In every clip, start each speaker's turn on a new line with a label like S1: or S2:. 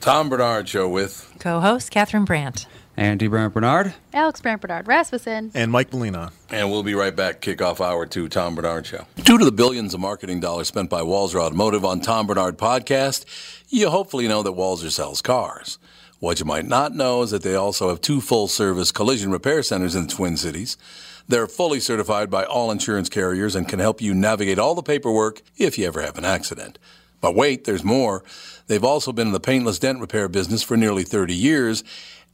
S1: Tom Bernard Show with
S2: Co-host Catherine Brandt.
S3: Andy Brandt Bernard.
S4: Alex Brandt Bernard Rasmussen.
S5: And Mike Molina.
S1: And we'll be right back. Kickoff hour two, Tom Bernard Show. Due to the billions of marketing dollars spent by Walzer Automotive on Tom Bernard podcast, you hopefully know that Walzer sells cars. What you might not know is that they also have two full service collision repair centers in the Twin Cities. They're fully certified by all insurance carriers and can help you navigate all the paperwork if you ever have an accident. But wait, there's more. They've also been in the paintless dent repair business for nearly 30 years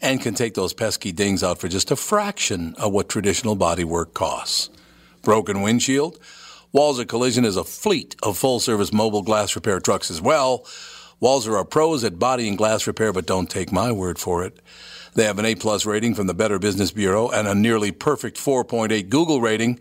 S1: and can take those pesky dings out for just a fraction of what traditional bodywork costs. Broken windshield? Walzer Collision is a fleet of full service mobile glass repair trucks as well. Walzer are pros at body and glass repair, but don't take my word for it. They have an A plus rating from the Better Business Bureau and a nearly perfect 4.8 Google rating.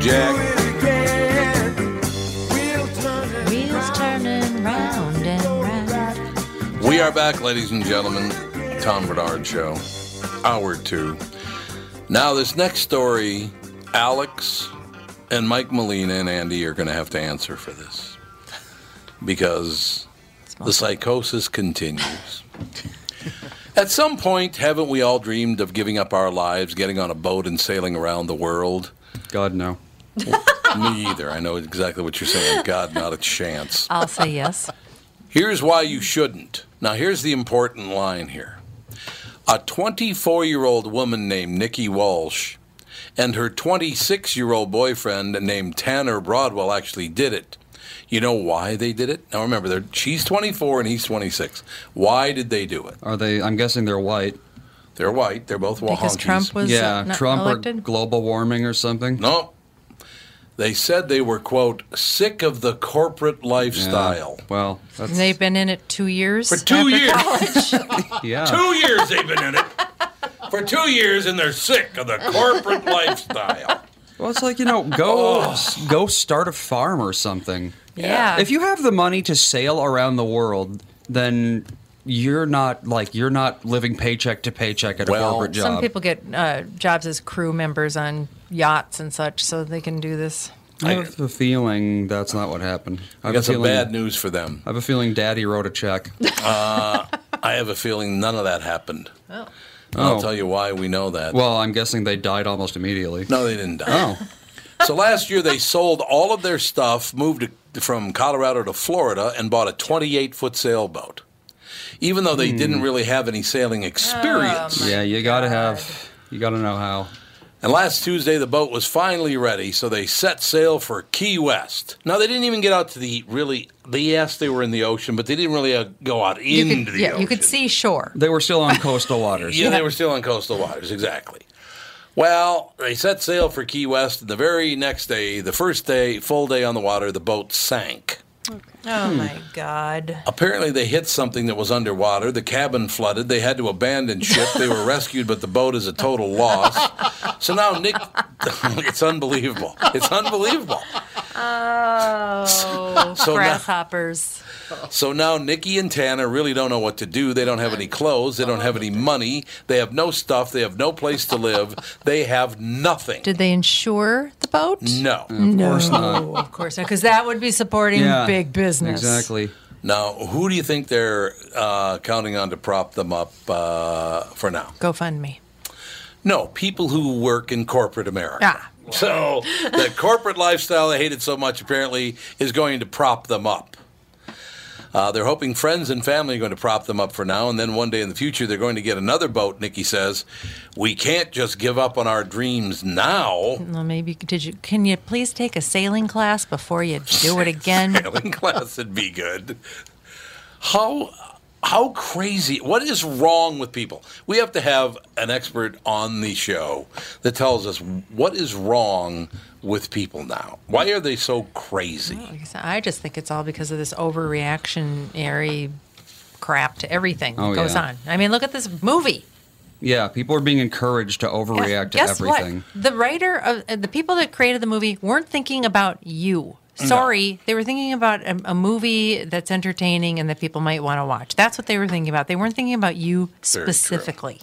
S1: Jack.
S2: Wheels turning round and round.
S1: We are back, ladies and gentlemen. Tom Bernard Show, hour two. Now, this next story, Alex and Mike Molina and Andy are going to have to answer for this because the psychosis continues. At some point, haven't we all dreamed of giving up our lives, getting on a boat, and sailing around the world?
S3: God no.
S1: Me either. I know exactly what you're saying. God, not a chance.
S2: I'll say yes.
S1: Here's why you shouldn't. Now, here's the important line here. A 24 year old woman named Nikki Walsh and her 26 year old boyfriend named Tanner Broadwell actually did it. You know why they did it? Now, remember, they're, she's 24 and he's 26. Why did they do it?
S3: Are they? I'm guessing they're white.
S1: They're white. They're both Wahonkis.
S2: Because Trump was uh,
S3: yeah,
S2: not
S3: Trump or
S2: elected.
S3: global warming or something.
S1: No. They said they were, quote, sick of the corporate lifestyle.
S3: Well, that's
S2: And They've been in it two years.
S1: For two
S2: after
S1: years.
S2: college.
S3: yeah.
S1: Two years they've been in it. For two years, and they're sick of the corporate lifestyle.
S3: Well, it's like you know, go
S1: Oh.
S3: s- go start a farm or something.
S2: yeah.
S3: If you have the money to sail around the world, then you're not like you're not living paycheck to paycheck at a
S1: Well-
S3: corporate job.
S2: Some people get uh, jobs as crew members on yachts and such, so they can do this.
S3: I have a feeling that's not what happened.
S1: I
S3: I have
S1: got
S3: a
S1: some
S3: feeling,
S1: bad news for them.
S3: I have a feeling Daddy wrote a check.
S1: I have a feeling none of that happened. Oh.
S3: Oh.
S1: I'll tell you why we know that.
S3: Well, I'm guessing they died almost immediately.
S1: no, they didn't die.
S3: Oh,
S1: So last year they sold all of their stuff, moved to, from Colorado to Florida, and bought a 28 foot sailboat. Even though
S3: Hmm.
S1: they didn't really have any sailing experience.
S3: yeah, you gotta have, you gotta know how.
S1: And last Tuesday, the boat was finally ready, so they set sail for Key West. Now they didn't even get out to the really. They yes, they were in the ocean, but they didn't really uh, go out
S2: You
S1: into
S2: could,
S1: the
S2: yeah,
S1: ocean.
S2: you could see shore.
S3: They were still on coastal waters.
S1: Yeah, they were still in coastal waters, exactly. Well, they set sail for Key West, and the very next day, the first day, full day on the water, the boat sank.
S2: Oh my God.
S1: Apparently, they hit something that was underwater. The cabin flooded. They had to abandon ship. They were rescued, but the boat is a total loss. So now Nick, it's unbelievable. It's unbelievable.
S2: Oh,
S1: So now-
S2: grasshoppers.
S1: So now Nikki and Tanner really don't know what to do. They don't have any clothes. They don't have any money. They have no stuff. They have no place to live. They have nothing.
S2: Did they insure the boat?
S1: No.
S3: Mm.
S2: no, of course not. Of course not, because that would be supporting
S3: Yeah,
S2: big business.
S3: Exactly.
S1: Now, who do you think they're uh, counting on to prop them up uh, for now?
S2: GoFundMe.
S1: No, people who work in corporate America.
S2: Ah.
S1: So the corporate lifestyle they hated so much apparently is going to prop them up. Uh, they're hoping friends and family are going to prop them up for now, and then one day in the future they're going to get another boat. Nikki says, "We can't just give up on our dreams now."
S2: Well, maybe did you? Can you please take a sailing class before you do it again?
S1: Sailing class would be good. How how crazy? What is wrong with people? We have to have an expert on the show that tells us what is wrong with people now. Why are they so crazy?
S2: Like I said, I just think it's all because of this overreactionary crap to everything that
S3: Oh,
S2: goes
S3: yeah.
S2: on. I mean, look at this movie.
S3: Yeah, people are being encouraged to overreact
S2: Yeah,
S3: to
S2: guess
S3: everything.
S2: What? The writer of uh, the people that created the movie weren't thinking about you. Sorry, they were thinking about a, a movie that's entertaining and that people might want to watch. That's what they were thinking about. They weren't thinking about you
S1: Very true.
S2: specifically.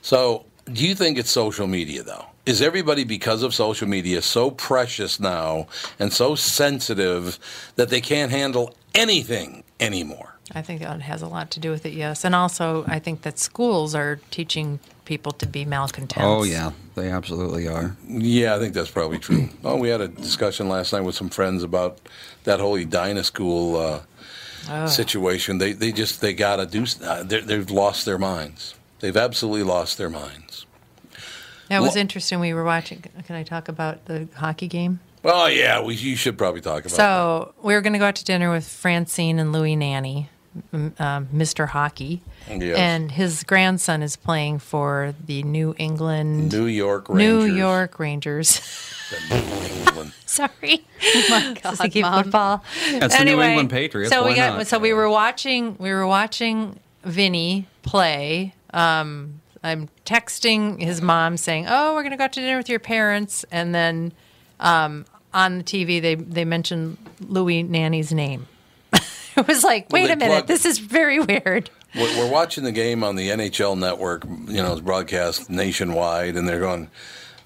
S1: So, do you think it's social media though? Is everybody because of social media so precious now and so sensitive that they can't handle anything anymore?
S2: I think that has a lot to do with it. Yes, and also I think that schools are teaching people to be malcontents.
S3: Oh yeah, they absolutely are.
S1: Yeah, I think that's probably true. Oh, we had a discussion last night with some friends about that whole Edina school uh,
S2: Ah.
S1: situation. They they just they gotta do. s- Uh, they're- they've lost their minds. They've absolutely lost their minds.
S2: that was
S1: Well-
S2: interesting. We were watching. Can I talk about the hockey game?
S1: Oh yeah, we, you should probably talk about. that.
S2: So we were going to go out to dinner with Francine and Louis Nanny, m- um, Mr. Hockey,
S1: Yes.
S2: and his grandson is playing for the New England,
S1: New York
S2: New
S1: Rangers.
S2: York Rangers.
S1: The New England.
S2: Sorry,
S4: my
S2: This is the
S4: God,
S2: key
S4: Mom.
S2: football.
S3: That's the New England Patriots.
S2: So we
S3: Why
S2: got.
S3: not?
S2: So we were watching. We were watching Vinny play. Um, I'm texting his mom saying, "Oh, we're going to go out to dinner with your parents," and then um, on the TV they they mentioned Louis Nanny's name. it was like,
S1: Well,
S2: wait
S1: they
S2: a minute,
S1: plugged-
S2: this is very weird.
S1: We're we're watching the game on the NHL network. You know, it's broadcast nationwide, and they're going.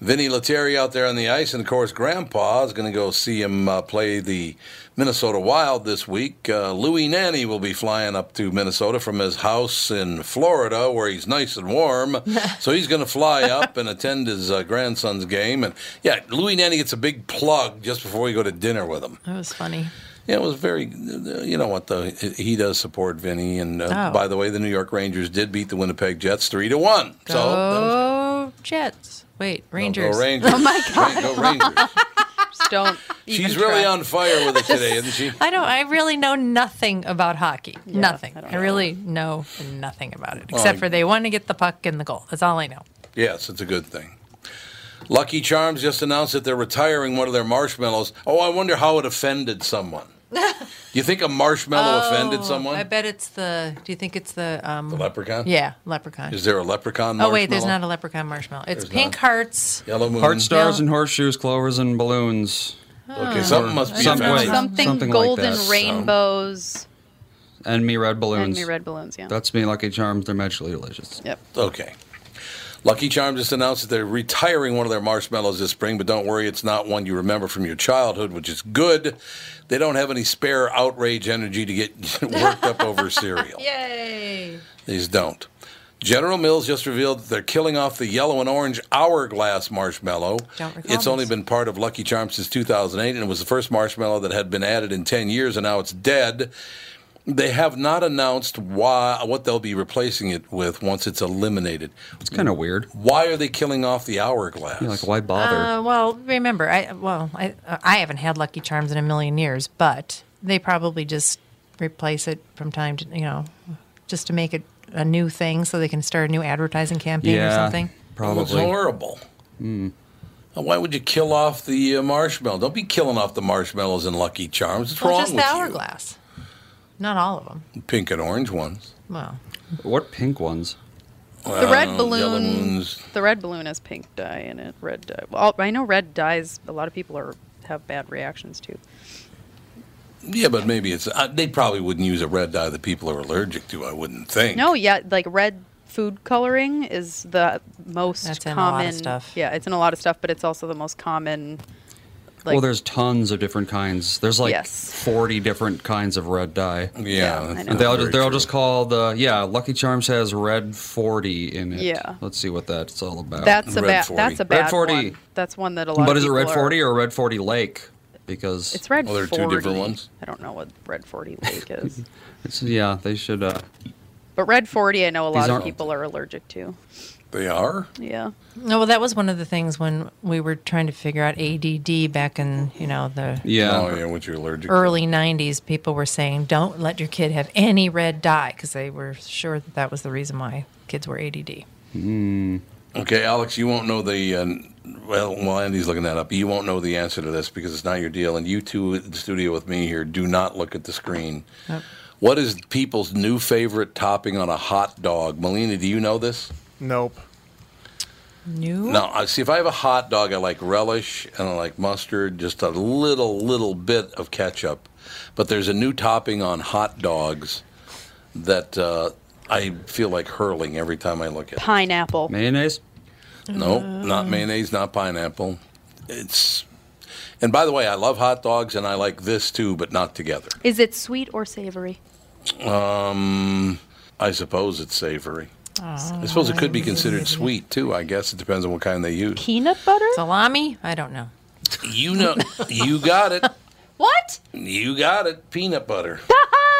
S1: Vinny Lettieri out there on the ice, and of course, Grandpa is going to go see him uh, play the Minnesota Wild this week. Uh, Louis Nanny will be flying up to Minnesota from his house in Florida, where he's nice and warm. so he's going to fly up and attend his uh, grandson's game. And yeah, Louis Nanny gets a big plug just before we go to dinner with him.
S2: That was funny.
S1: Yeah, it was very. You know what though? He does support Vinny, and uh,
S2: Oh.
S1: by the way, the New York Rangers did beat the Winnipeg Jets three to one. So those-
S2: Go Jets. Wait, Rangers.
S1: Go Rangers! Oh my God! Go Rangers!
S4: Just don't. even
S1: She's really
S4: try.
S1: on fire with it today, isn't she?
S2: I don't. I really know nothing about hockey. nothing.
S4: I
S2: I,
S4: don't
S2: really know nothing about it except
S1: I-
S2: for they want to get the puck in the goal. That's all I know.
S1: Yes, it's a good thing. Lucky Charms just announced that they're retiring one of their marshmallows. Oh, I wonder how it offended someone. Do you think a marshmallow offended someone?
S2: Oh, I bet it's the. Do you think it's the? Um,
S1: The leprechaun.
S2: yeah, leprechaun.
S1: Is there a leprechaun?
S2: oh
S1: Marshmallow?
S2: wait, there's not a leprechaun marshmallow. It's
S1: There's
S2: pink
S1: not.
S2: hearts.
S1: yellow moon.
S3: Heart stars
S2: Yeah.
S3: and horseshoes, clovers and balloons,
S1: Okay, something must be
S3: Some-
S1: offensive.
S4: Something,
S3: Something like
S4: golden
S3: that, so-
S4: rainbows
S3: and me red
S4: and
S3: balloons.
S4: me red balloons. Yeah.
S3: That's me lucky charms. They're magically delicious.
S4: yep.
S1: Okay. Lucky Charms just announced that they're retiring one of their marshmallows this spring, but don't worry, it's not one you remember from your childhood, which is good. They don't have any spare outrage energy to get worked up over cereal.
S2: Yay!
S1: These don't. General Mills just revealed that they're killing off the yellow and orange hourglass marshmallow.
S2: Don't recall
S1: it's only
S2: this.
S1: been part of Lucky Charms since 2008, and it was the first marshmallow that had been added in 10 years, and now it's dead. They have not announced why what they'll be replacing it with once it's eliminated.
S3: It's kind of weird.
S1: Why are they killing off the hourglass?
S3: Like, why bother?
S2: Uh, well, remember, I well, I uh, I haven't had Lucky Charms in a million years, but they probably just replace it from time to you know, just to make it a new thing so they can start a new advertising campaign or
S3: yeah,
S2: something.
S1: It was
S3: probably.
S1: horrible. Now, Why would you kill off the uh, marshmallow? Don't be killing off the marshmallows in Lucky Charms. What's
S2: Well,
S1: wrong
S2: just
S1: with
S2: the hourglass. Not all of them.
S1: you? Pink and orange ones.
S2: Well,
S3: What pink ones?
S4: The red
S1: Well, yellow
S4: balloon.
S1: ones.
S4: The red balloon has pink dye in it. Red dye. Well, I know red dyes. A lot of people are have bad reactions to.
S1: Yeah, but maybe it's. Uh, they probably wouldn't use a red dye that people are allergic to. I wouldn't think.
S4: No, yeah, like red food coloring is the most
S2: That's in a lot of
S4: common.
S2: stuff.
S4: Yeah, it's in a lot of stuff, but it's also the most common. Like,
S3: well, there's tons of different kinds. There's like
S4: Yes.
S3: 40 different kinds of red dye.
S1: Yeah.
S4: Yeah,
S1: that's
S4: I know.
S1: not
S3: And they'll
S1: very
S3: just, they'll
S1: true.
S3: just call the yeah Lucky Charms has red 40 in it.
S4: Yeah.
S3: Let's see what that's all about.
S4: that's a
S1: Red
S4: bad.
S1: 40.
S4: That's a
S1: Red
S4: bad
S3: 40.
S4: one. That's one that a lot.
S3: but
S4: of
S3: is it red
S4: people are-
S3: 40 or red 40 Lake? Because
S4: It's red.
S1: Oh, there are two
S4: 40.
S1: different ones?
S4: I don't know what red forty lake is,
S3: it's- yeah they should. Uh,
S4: but red forty, I know a
S3: These
S4: lot of
S3: aren't-
S4: people are allergic to.
S1: They are.
S4: Yeah.
S2: no, well, that was one of the things when we were trying to figure out ADD back in you know the
S3: yeah.
S1: Oh yeah, what you're allergic.
S2: early 90s people were saying don't let your kid have any red dye because they were sure that that was the reason why kids were add
S1: To. Okay, Alex, you won't know the. Uh, well, while Andy's looking that up, you won't know the answer to this because it's not your deal. And you two in the studio with me here, do not look at the screen. What is people's new favorite topping on a hot dog? Melina, do you know this?
S5: Nope.
S2: new
S1: No, I see. If I have a hot dog, I like relish and I like mustard, just a little, little bit of ketchup. But there's a new topping on hot dogs that uh, I feel like hurling every time I look at. it.
S4: Pineapple.
S3: Mayonnaise.
S1: No, not mayonnaise, not pineapple. It's. And by the way, I love hot dogs, and I like this too, but not together.
S4: Is it sweet or savory?
S1: I suppose it's savory. I suppose it could be considered sweet too. I guess it depends on what kind they use.
S4: Peanut butter.
S2: salami i don't know
S1: You know, you got it.
S4: What?
S1: You got it. Peanut butter.
S2: Ah,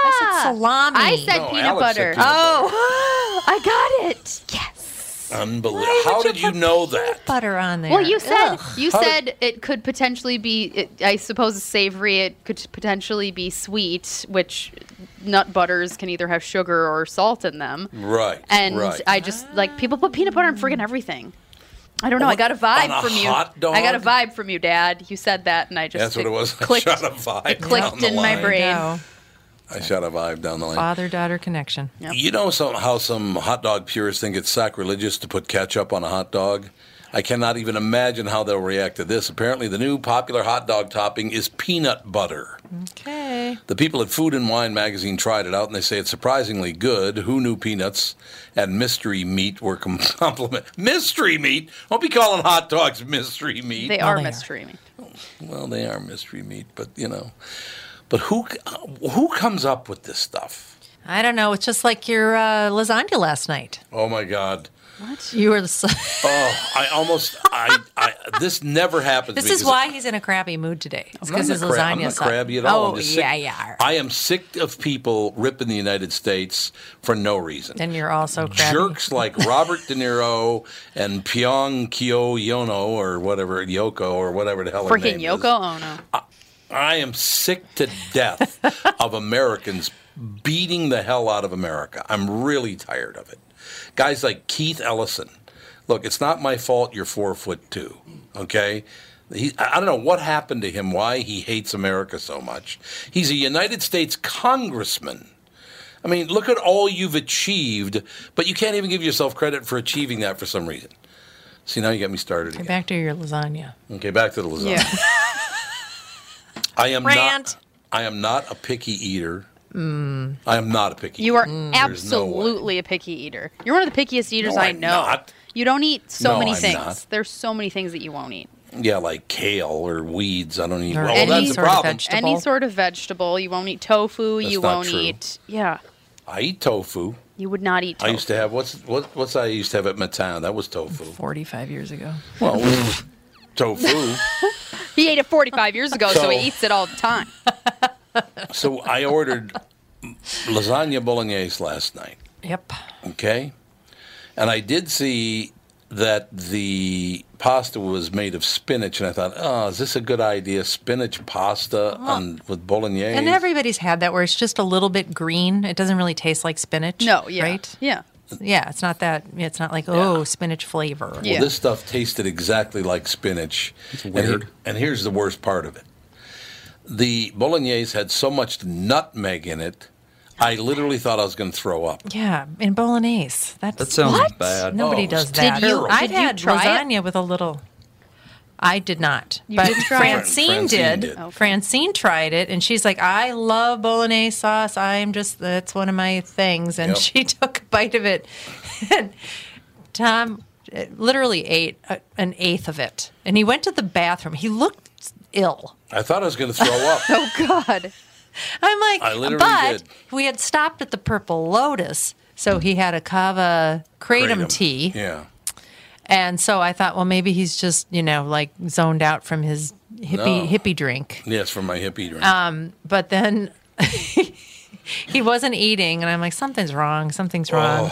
S2: I said salami
S4: I said peanut
S1: Alex said
S4: butter.
S1: peanut
S4: oh, I got it. Yes.
S1: Unbelievable.
S2: Why would
S1: How did you
S2: put
S1: know
S2: peanut
S1: that?
S2: butter on there
S6: Well, you said
S2: Ugh.
S6: you
S1: How did-
S6: said it could potentially be. It, I suppose savory. It could potentially be sweet, which nut butters can either have sugar or salt in them.
S1: Right.
S6: And
S1: right.
S6: I just like people put peanut butter on friggin' everything. I don't know. I
S1: What?
S6: got a vibe
S1: On a
S6: from you.
S1: hot dog?
S6: I got a vibe from you, Dad. You said that, and I just
S1: That's what it was.
S6: Clicked.
S1: I shot a vibe.
S6: it clicked
S1: down the
S6: in my
S1: line.
S6: brain.
S2: no
S1: I shot a vibe down the line.
S2: father-daughter connection
S1: You know some, how some hot dog purists think it's sacrilegious to put ketchup on a hot dog? I cannot even imagine how they'll react to this. Apparently, the new popular hot dog topping is peanut butter.
S2: okay
S1: The people at Food and Wine magazine tried it out and they say it's surprisingly good. Who knew peanuts and mystery meat were com- compliment? Mystery meat? Don't be calling hot dogs mystery meat.
S4: They are
S2: they are.
S4: mystery.
S1: Well, they are mystery meat, but you know, but who uh, who comes up with this stuff?
S2: i don't know it's just like your uh, lasagna last night
S1: Oh my God!
S2: you were this
S1: Oh, I almost I, I this never happens.
S2: is
S1: because
S2: why he's in a crabby mood today it's
S1: I'm not
S2: because his
S1: cra-
S2: lasagna
S1: I'm not
S2: sucked.
S1: crabby at all.
S2: oh
S1: I'm just sick.
S2: yeah you are
S1: I am sick of people ripping the United States for no reason.
S2: and you're also crabby
S1: Jerks like Robert De Niro and Pyong Kyo Yono or whatever Yoko or whatever the hell her
S4: Freaking
S1: name is.
S4: Yoko Ono.
S1: I am sick to death of Americans beating the hell out of America. I'm really tired of it. Guys like Keith Ellison. Look, it's not my fault you're four foot two, okay? He, I I don't know what happened to him, why he hates America so much. He's a United States congressman. I mean, look at all you've achieved, but you can't even give yourself credit for achieving that for some reason. See, now you got me started again.
S2: back to your lasagna
S1: Okay, back to the lasagna.
S4: Yeah.
S1: I am
S2: Rant.
S1: not. I am not a picky eater. Mm. I am not a picky.
S4: You are
S1: Mm, no way.
S4: absolutely a picky eater. You're one of the pickiest eaters
S1: No,
S4: I
S1: I'm
S4: know.
S1: not.
S4: You don't eat so
S1: No,
S4: many
S1: I'm
S4: things.
S1: not.
S4: There's so many things that you won't eat.
S1: eater. Yeah, like kale or weeds. I don't eat.
S2: Or
S1: well,
S2: any
S1: that's the
S2: sort of
S1: problem.
S2: veg-
S4: Any
S2: Vegetable.
S4: sort of vegetable, you won't eat tofu.
S1: That's
S4: you
S1: not
S4: won't
S1: true.
S4: eat. Yeah,
S1: I eat tofu.
S4: you would not eat.
S1: I
S4: Tofu.
S1: used to have what's what, what's I used to have at my town. That was tofu.
S2: 45 years ago
S1: Well, tofu.
S4: He ate it 45 years ago, so,
S1: So-
S4: he eats it all the time.
S1: So I ordered lasagna bolognese last night.
S2: yep
S1: Okay, and I did see that the pasta was made of spinach, and I thought, oh, is this a good idea? Spinach pasta
S2: Uh-huh.
S1: on, with bolognese.
S2: And everybody's had that where it's just a little bit green. It doesn't really taste like spinach.
S4: No, yeah,
S2: Right?
S4: yeah.
S2: yeah, it's not that. It's not like oh, spinach flavor.
S6: Yeah.
S1: Well, this stuff tasted exactly like spinach. It's And,
S3: weird.
S1: he- and here's the worst part of it the bolognese had so much nutmeg in it, I literally thought I was going to throw up.
S2: Yeah, in bolognese. That's,
S3: That sounds
S6: What?
S3: bad.
S2: Nobody
S1: Oh,
S2: does
S1: it's
S2: that.
S6: terrible.
S2: I
S6: Did you
S2: had
S6: try it?
S2: lasagna with a little. I did not,
S6: You
S2: but
S6: did try it?
S2: Francine,
S1: Francine
S2: did.
S1: did.
S6: Okay.
S2: Francine tried it, and she's like, "I love bolognese sauce. I'm just that's one of my things." And
S1: Yep.
S2: she took a bite of it, and Tom uh, literally ate a, an eighth of it, and he went to the bathroom. He looked ill.
S1: I thought I was going to throw up.
S6: Oh God.
S2: I'm like,
S1: I literally
S2: but
S1: did.
S2: we had stopped at the Purple Lotus, so he had a cava kratom,
S1: Kratom.
S2: tea.
S1: Yeah.
S2: And so I thought, well, maybe he's just, you know, like zoned out from his hippie
S1: No.
S2: hippie drink.
S1: Yes, for my hippie drink.
S2: Um, But then he wasn't eating, and I'm like, something's wrong, something's wrong.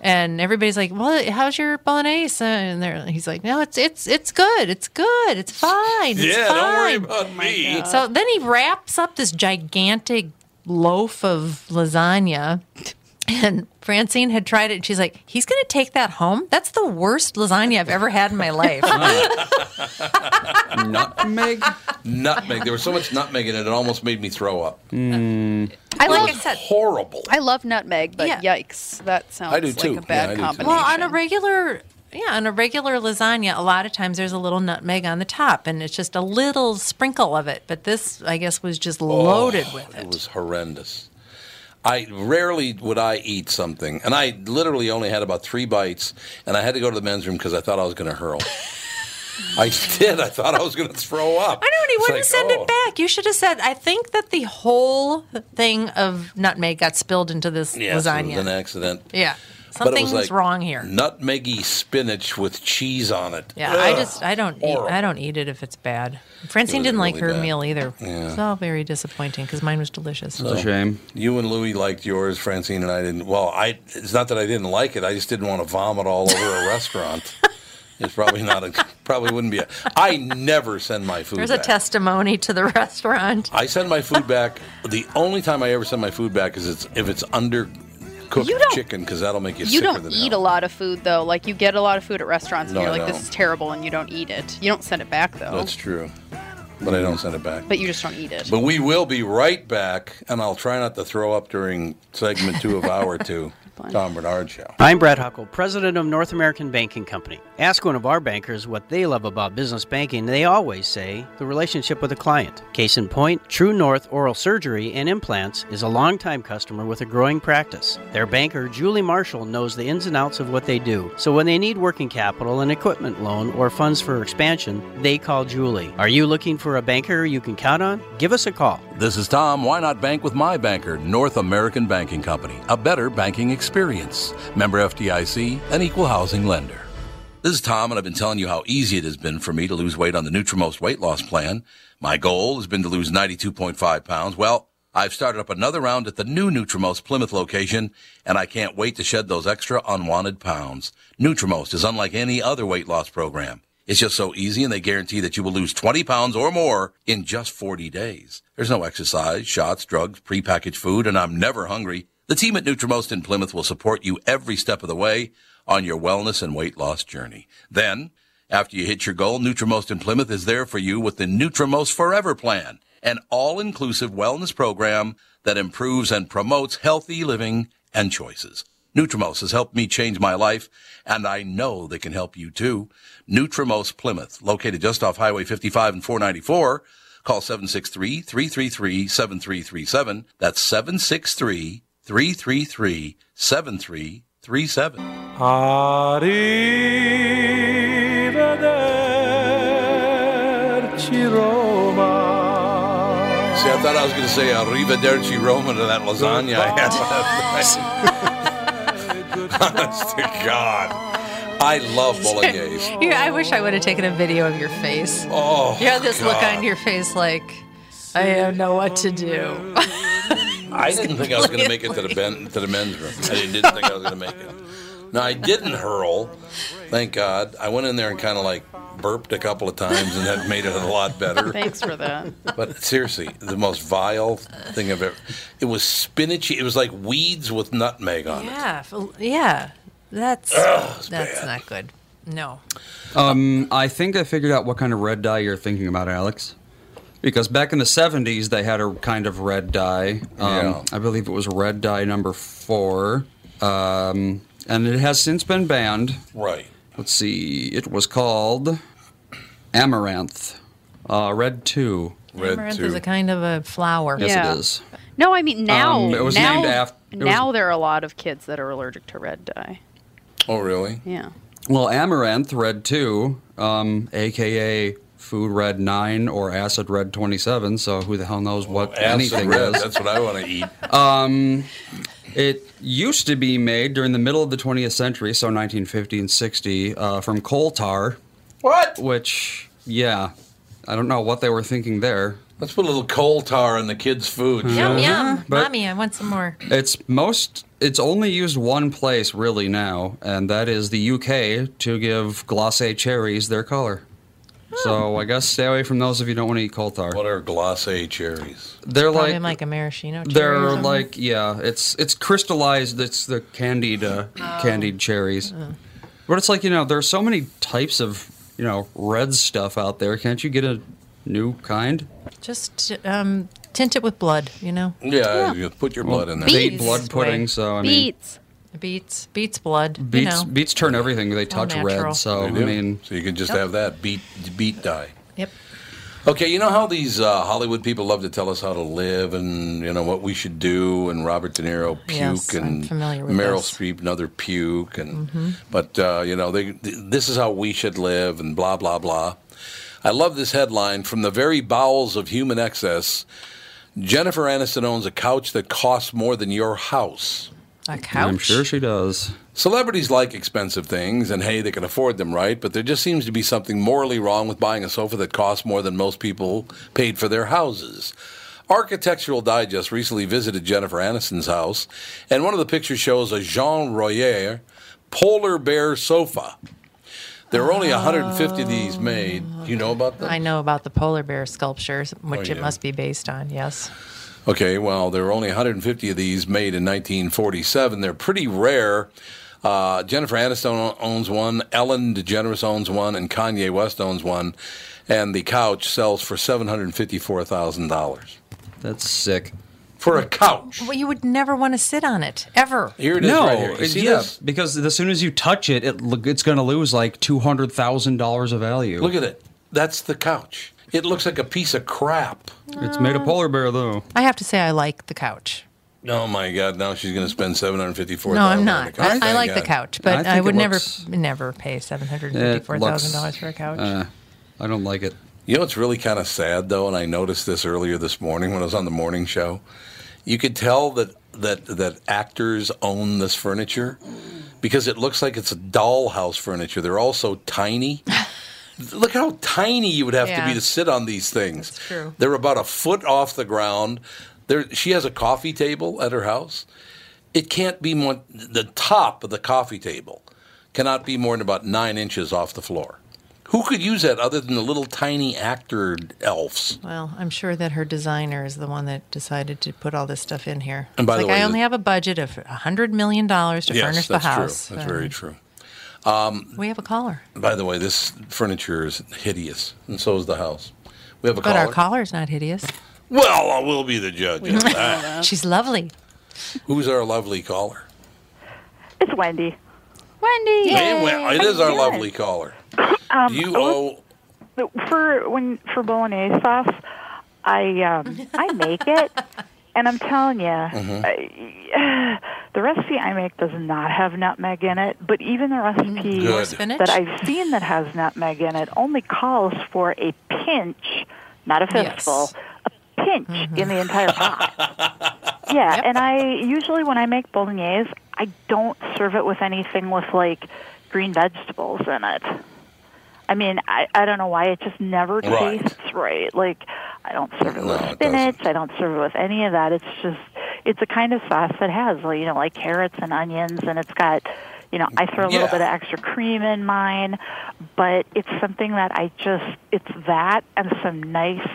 S2: And everybody's like, well, how's your bolognese? And they're, he's like, no, it's it's it's good, it's good, it's fine, it's
S1: yeah, don't worry
S2: fine.
S1: about me.
S2: so then he wraps up this gigantic loaf of lasagna. And Francine had tried it, and she's like, "He's going to take that home. That's the worst lasagna I've ever had in my life."
S3: Nutmeg?
S1: Nutmeg. There was so much nutmeg in it, it almost made me throw up.
S6: I
S2: Like
S6: love.
S2: I said,
S1: Horrible.
S6: I love nutmeg, but
S2: Yeah.
S6: yikes, that sounds
S1: do
S6: like
S1: too.
S6: a
S1: Yeah, I
S6: bad
S1: do too.
S6: combination.
S2: Well, on a regular, yeah, on a regular lasagna, a lot of times there's a little nutmeg on the top, and it's just a little sprinkle of it. But this, I guess, was just loaded with it.
S1: Oh, It was horrendous. I rarely would I eat something, and I literally only had about three bites, and I had to go to the men's room because I thought I was going to hurl. I did. I thought I was going to throw up.
S2: I know, and he
S1: It's
S2: wouldn't
S1: like,
S2: send
S1: oh.
S2: it back. You should have said, "I think that the whole thing of nutmeg got spilled into this
S1: Yes, it was an
S2: lasagna."
S1: accident.
S2: Yeah,
S1: But it was
S2: something's
S1: like
S2: wrong here.
S1: Nutmeggy spinach with cheese on it.
S2: Yeah, I
S1: Ugh.
S2: just I don't eat,
S1: horrible.
S2: I don't eat it if it's bad. Francine
S1: was
S2: didn't like
S1: really
S2: her
S1: bad.
S2: meal either.
S1: Yeah.
S2: It's all very disappointing because mine was delicious.
S3: It's a shame.
S1: You and Louie liked yours, Francine and I didn't. Well, I it's not that I didn't like it. I just didn't want to vomit all over a restaurant. It's probably not a probably wouldn't be a. I never send my food.
S2: There's a
S1: back.
S2: testimony to the restaurant.
S1: I send my food back. The only time I ever send my food back is it's, if it's undercooked
S6: You don't-
S1: chicken because that'll make you,
S6: you
S1: sicker
S6: don't
S1: than
S6: eat
S1: hell.
S6: a lot of food though. Like you get a lot of food at restaurants,
S1: No,
S6: and you're
S1: I
S6: like,
S1: don't.
S6: "This is terrible," and you don't eat it. You don't send it back though,
S1: That's true, but I don't send it back.
S6: but you just don't eat it.
S1: But we will be right back, and I'll try not to throw up during segment two of hour two, Tom Bernard show.
S5: I'm Brad Huckle, president of North American Banking Company. Ask one of our bankers what they love about business banking. They always say the relationship with the client. Case in point, True North Oral Surgery and Implants is a longtime customer with a growing practice. Their banker, Julie Marshall, knows the ins and outs of what they do. So when they need working capital, an equipment loan, or funds for expansion, they call Julie. Are you looking for a banker you can count on? Give us a call.
S1: This is Tom. Why not bank with my banker, North American Banking Company? A better banking experience. Member FDIC, an equal housing lender. This is Tom, and I've been telling you how easy it has been for me to lose weight on the Nutrimost weight loss plan. My goal has been to lose 92.5 pounds. Well, I've started up another round at the new Nutrimost Plymouth location, and I can't wait to shed those extra unwanted pounds. Nutrimost is unlike any other weight loss program. It's just so easy, and they guarantee that you will lose 20 pounds or more in just 40 days. There's no exercise, shots, drugs, prepackaged food, and I'm never hungry. The team at Nutrimost in Plymouth will support you every step of the way on your wellness and weight loss journey. Then, after you hit your goal, Nutrimost in Plymouth is there for you with the Nutrimost Forever Plan, an all-inclusive wellness program that improves and promotes healthy living and choices. Nutrimost has helped me change my life, and I know they can help you too. Nutrimost Plymouth, located just off Highway 55 and 494. Call 763-333-7337. That's 763-333-7337. See, I thought I was going to say arrivederci Roma to that lasagna I had last night. Honest to God. I love bolognese.
S2: You- I wish I would have taken a video of your face.
S1: Oh,
S2: You had this look
S1: God.
S2: on your face like, I don't know what to do.
S1: I didn't think I was going to make it to the, ben, to the men's room. I didn't think I was going to make it. Now I didn't hurl, thank God. I went in there and kind of like burped a couple of times, and that made it a lot better.
S4: Thanks for that.
S1: But seriously, the most vile thing I've ever. It was spinachy. It was like weeds with nutmeg on it.
S2: Yeah, f- yeah. That's that's not good. No.
S3: I think I figured out what kind of red dye you're thinking about, Alex. Because back in the 70s, they had a kind of red dye. Um,
S1: Yeah.
S3: I believe it was red dye number four. Um, and it has since been banned.
S1: Right.
S3: Let's see. It was called Amaranth. Uh, red 2.
S1: Red
S2: Amaranth is
S1: too.
S2: a kind of a flower.
S3: Yes,
S4: Yeah.
S3: it is.
S4: No, I mean now.
S3: Um, it was
S4: now,
S3: named af- it was-
S4: now there are a lot of kids that are allergic to red dye.
S1: Oh really?
S4: Yeah.
S3: Well, Amaranth, red 2, um, a.k.a. Food Red 9 or Acid Red 27. So who the hell knows what
S1: Acid
S3: anything
S1: red.
S3: is.
S1: That's what I want to eat.
S3: It used to be made during the middle of the 20th century, so 1950 and 60, uh, from coal tar,
S1: What?
S3: which, yeah, I don't know what they were thinking there.
S1: Let's put a little coal tar in the kids' food.
S2: Yum yum,
S3: Mm-hmm. but-
S2: mommy, I want some more.
S3: It's most, it's only used one place really now, and that is the UK to give glacé cherries their color. So I guess stay away from those if you don't want to eat coal tar.
S1: What are glacé cherries?
S3: They're
S2: Probably
S3: like,
S2: like, a maraschino. cherry or
S3: they're
S2: something.
S3: like, yeah, it's it's crystallized. It's the candied uh,
S2: Oh.
S3: candied cherries.
S2: Uh.
S3: But it's like you know, there's so many types of you know red stuff out there. Can't you get a new kind?
S2: just um, tint it with blood. You know,
S1: Yeah, you put your blood in there.
S3: They
S6: Beets.
S3: eat blood pudding, so I mean,
S6: Beets.
S2: beets beets blood.
S3: beets
S2: you know.
S3: beets turn everything they touch
S2: natural.
S3: red. So
S1: They
S3: I
S1: do.
S3: mean,
S1: so you can just have that beat beat dye.
S2: Yep.
S1: Okay, you know how these uh, Hollywood people love to tell us how to live and you know what we should do, and Robert De Niro puke
S2: Yes, I'm
S1: and
S2: familiar with
S1: Meryl
S2: this. Mm-hmm.
S1: Streep another puke, and but uh, you know they th- this is how we should live and blah blah blah. I love this headline from the very bowels of human excess. Jennifer Aniston owns a couch that costs more than your house.
S2: A couch.
S3: I'm sure she does.
S1: Celebrities like expensive things, and hey, they can afford them, right? But there just seems to be something morally wrong with buying a sofa that costs more than most people paid for their houses. Architectural Digest recently visited Jennifer Aniston's house, and one of the pictures shows a Jean Royer polar bear sofa. There are only 150 of these made. Do you know about them?
S2: I know about the polar bear sculptures,
S3: Oh,
S2: which
S1: yeah.
S2: it must be based on. Yes.
S1: Okay, well, there were only 150 of these made in 1947. They're pretty rare. Uh, Jennifer Aniston owns one, Ellen DeGeneres owns one, and Kanye West owns one. And the couch sells for $754,000
S3: That's sick.
S1: for a couch.
S2: Well, you would never want to sit on it ever.
S1: Here it is,
S3: No,
S1: right here. You
S3: it-
S1: see
S3: yeah,
S1: this?
S3: because as soon as you touch it, it lo- it's going to lose like two hundred thousand dollars of value.
S1: Look at it. That's the couch. It looks like a piece of crap.
S3: it's made of
S2: Oh.
S3: polar bear though.
S2: I have to say, I like the couch.
S1: Oh my God! Now she's going to spend seven hundred fifty-four.
S2: No, I'm not. I,
S1: Thank
S2: I like the
S1: God.
S2: couch,
S3: I
S2: but
S3: think
S2: I,
S3: it
S2: would never,
S3: looks-
S2: never pay seven hundred fifty-four thousand dollars for a couch.
S3: Uh, I don't like it.
S1: You know what's really kind of sad though, and I noticed this earlier this morning when I was on the morning show. You could tell that that that actors own this furniture because it looks like it's dollhouse furniture. They're all so tiny. Look how tiny you would have to
S2: Yeah.
S1: be to sit on these things.
S2: That's true.
S1: They're about a foot off the ground. There, she has a coffee table at her house. It can't be more. The top of the coffee table cannot be more than about nine inches off the floor. Who could use that other than the little tiny actor elves?
S2: well, I'm sure that her designer is the one that decided to put all this stuff in here.
S1: And by
S2: It's
S1: the
S2: like,
S1: way,
S2: I only
S1: the-
S2: have a budget of hundred million dollars to furnish the
S1: that's
S2: house.
S1: true. That's
S2: Uh,
S1: very true.
S2: We have a caller,
S1: By the way, this furniture is hideous, and so is the house. We have a
S2: but
S1: caller.
S2: our caller is not hideous.
S1: well, I will be the judge. of that.
S2: She's lovely.
S1: Who's our lovely caller?
S7: It's Wendy.
S6: Wendy.
S1: Hey, well, it is
S7: How
S1: our
S7: you
S1: lovely caller. Do you owe
S7: For when for bolognese sauce, I um, I make it, and I'm telling you, I- the recipe I make does not have nutmeg in it. But even the recipe
S1: Good. More
S2: spinach?
S7: that I've seen that has nutmeg in it only calls for a pinch, not a
S2: Yes.
S7: fistful, a pinch in the entire pot. Yeah, and I usually when I make bolognese, I don't serve it with anything with like green vegetables in it. I mean, I, I don't know why it just never
S1: Right.
S7: tastes right. Like I don't serve it
S1: No,
S7: with
S1: it
S7: spinach.
S1: doesn't.
S7: I don't serve it with any of that. It's just it's a kind of sauce that has like, you know like carrots and onions, and it's got
S5: You know, I throw a little
S8: Yeah.
S5: bit of extra cream in mine, but it's something that I just it's that and some nice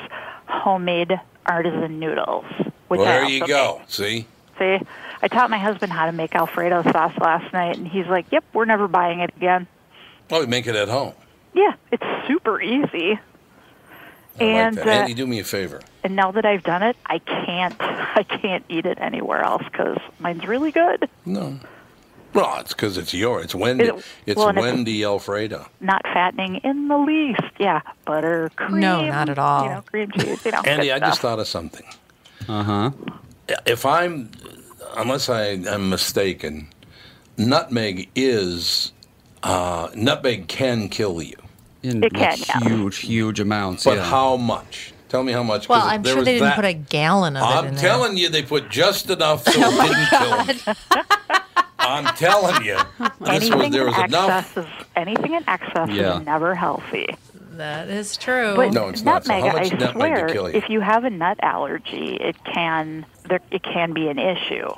S5: homemade artisan noodles. Which I
S1: there you
S5: also
S1: go. See?
S5: See, I taught my husband how to make Alfredo sauce last night, and he's like, "Yep, we're never buying it again."
S1: Well, we make it at home.
S5: Yeah, it's super easy.
S1: I
S5: and
S1: like that.
S5: uh,
S1: Andy, do me a favor.
S5: and now that I've done it, I can't I can't eat it anywhere else because mine's really good.
S1: No. Well, it's because it's your. It's Wendy.
S5: It-
S1: it's
S5: well, and it's-
S1: Wendy Alfredo.
S5: Not fattening in the least. Yeah, butter, cream.
S2: No, not at all.
S5: You know, cream cheese. You know,
S1: Andy,
S5: good
S1: I just
S5: stuff.
S1: thought of something.
S3: Uh huh.
S1: If I'm, unless I am mistaken, nutmeg is, uh, nutmeg can kill you.
S3: In
S5: It
S3: like,
S5: can, yeah.
S3: huge, huge amounts.
S1: But
S3: yeah.
S1: how much? Tell me how much. 'cause
S2: Well, I'm
S1: there
S2: sure
S1: was
S2: they didn't
S1: that-
S2: put a gallon of it
S1: I'm
S2: in there. Oh
S1: telling you, they put just enough so it didn't kill him. I'm telling you, this
S5: anything
S1: was, there was
S5: in
S1: enough.
S5: excess is anything in excess
S3: Yeah.
S5: is never healthy.
S2: That is true.
S5: But
S1: No, it's not. So
S5: nutmeg,
S1: how much
S5: I
S1: nutmeg to
S5: swear,
S1: kill you?
S5: if you have a nut allergy, it can there it can be an issue.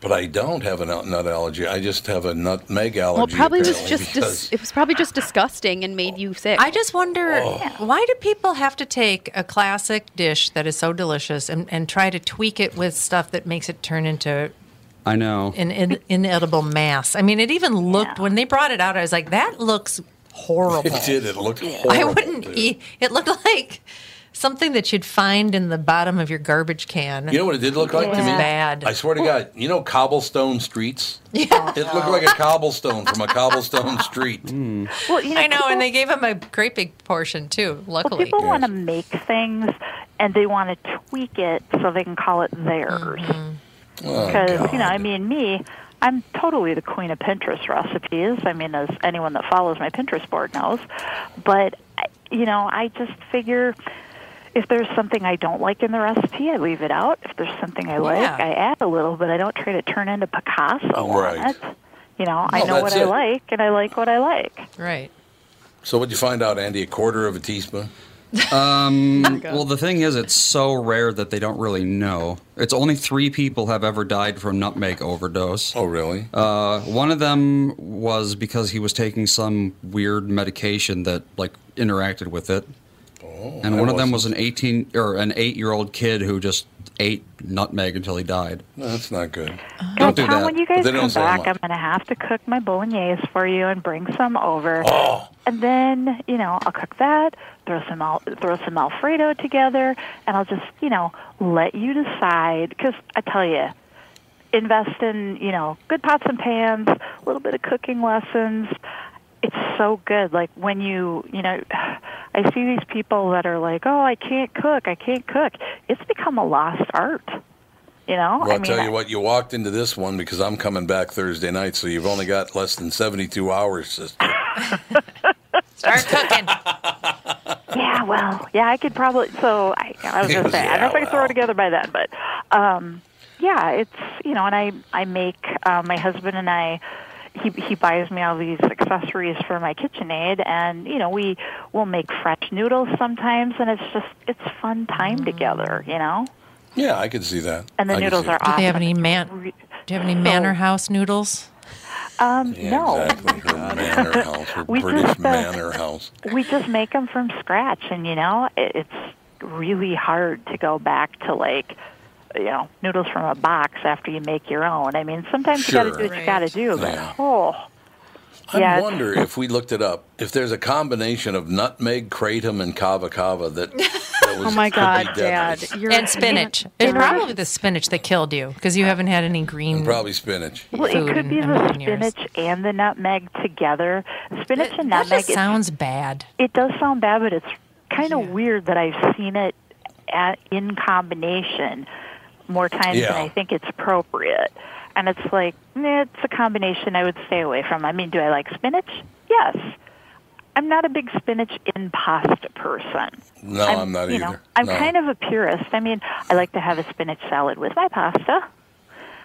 S1: But I don't have a nut nut allergy. I just have a nutmeg allergy.
S4: Well, probably was
S1: apparently,
S4: just
S1: because-
S4: dis- it was probably just disgusting and made you sick.
S2: I just wonder
S1: Oh.
S2: why do people have to take a classic dish that is so delicious and, and try to tweak it with stuff that makes it turn into
S3: I know.
S2: an in, inedible mass? I mean, it even looked when they brought it out. I was like, that looks horrible.
S1: It did. It looked horrible.
S2: I wouldn't
S1: dude.
S2: eat. It looked like something that you'd find in the bottom of your garbage can.
S1: You know what it did look like
S2: It was
S1: to me?
S2: bad.
S1: I swear to God, you know cobblestone streets? Yeah. It looked like a cobblestone from a cobblestone street.
S5: Well, you know,
S2: I know,
S5: people-
S2: and they gave him a great big portion too.
S5: Well,
S2: Luckily,
S5: people want to make things and they want to tweak it so they can call it theirs.
S1: Oh,
S5: Because,
S1: God.
S5: you know, I mean, me, I'm totally the queen of Pinterest recipes. I mean, as anyone that follows my Pinterest board knows. But, I- you know, I just figure if there's something I don't like in the recipe, I leave it out. If there's something I like,
S2: Yeah.
S5: I add a little, but I don't try to turn into Picasso on
S1: Right.
S5: it. You know, I
S1: No,
S5: know
S1: that's
S5: what I
S1: it.
S5: like, and I like what I like.
S2: right?
S1: So what'd you find out, Andy? A quarter of a teaspoon?
S3: Mm, Well, the thing is, it's so rare that they don't really know. It's only three people have ever died from nutmeg overdose.
S1: Oh, really?
S3: Uh, one of them was because he was taking some weird medication that like interacted with it, and
S1: Oh, I
S3: one of them
S1: wasn't.
S3: was an eighteen or an eight-year-old kid who just ate nutmeg until he died.
S1: No, that's not good.
S3: Don't do
S5: Tom,
S3: that.
S5: when you guys
S1: They don't
S5: come
S1: say
S5: back,
S1: much.
S5: I'm going to have to cook my bolognese for you and bring some over.
S1: Oh.
S5: And then, you know, I'll cook that, throw some al- throw some alfredo together, and I'll just, you know, let you decide cuz I tell you, invest in, you know, good pots and pans, a little bit of cooking lessons. It's so good. Like when you, you know, I see these people that are like, "Oh, I can't cook. I can't cook." It's become a lost art. You know?
S1: Well,
S5: I
S1: I'll
S5: mean,
S1: tell you what, you walked into this one because I'm coming back Thursday night, so you've only got less than 72 hours, sister.
S2: Start cooking.
S5: Yeah, well, yeah, I could probably. So I, I was gonna say, I don't know if I
S1: Yeah,
S5: can throw
S1: well.
S5: it together by then, but um, yeah, it's you know, and I I make uh, my husband and I. He he buys me all these accessories for my KitchenAid, and you know we will make fresh noodles sometimes, and it's just it's fun time together, you know.
S1: Yeah, I can see that.
S5: And the
S1: Mm. I can
S5: noodles
S1: see
S5: are
S1: that.
S5: awesome.
S2: Do they have any man?
S5: Re-
S2: Do you have any
S5: So-
S2: manor house noodles?
S5: Um,
S1: Yeah,
S5: no,
S1: Exactly. Her manor house, her
S5: We
S1: British
S5: just, uh,
S1: manor house.
S5: we just make them from scratch and you know it, it's really hard to go back to like you know noodles from a box after you make your own i mean sometimes you got to
S1: Sure.
S5: do what you got to do but
S1: Yeah.
S5: oh Yeah,
S1: I
S5: it's-
S1: wonder if we looked it up, if there's a combination of nutmeg, kratom, and kava kava that, that was
S9: Oh my
S1: could be
S9: God,
S1: deadly.
S9: Dad! You're
S2: And spinach. It's probably the spinach that killed you because you haven't had any green.
S1: Probably spinach.
S5: well, it
S2: food
S5: could
S2: in
S5: be
S2: a
S5: the
S2: million years.
S5: spinach and the nutmeg together. Spinach
S2: That,
S5: and
S2: that
S5: nutmeg.
S2: just
S5: It,
S2: sounds bad.
S5: it does sound bad, but it's kind of weird that I've seen it at, in combination more times
S1: Yeah.
S5: than I think it's appropriate. And it's like, nah, it's a combination I would stay away from. I mean, do I like spinach? Yes. I'm not a big spinach in pasta person.
S1: No, I'm, not
S5: you
S1: either.
S5: Know, I'm
S1: No.
S5: kind of a purist. I mean, I like to have a spinach salad with my pasta.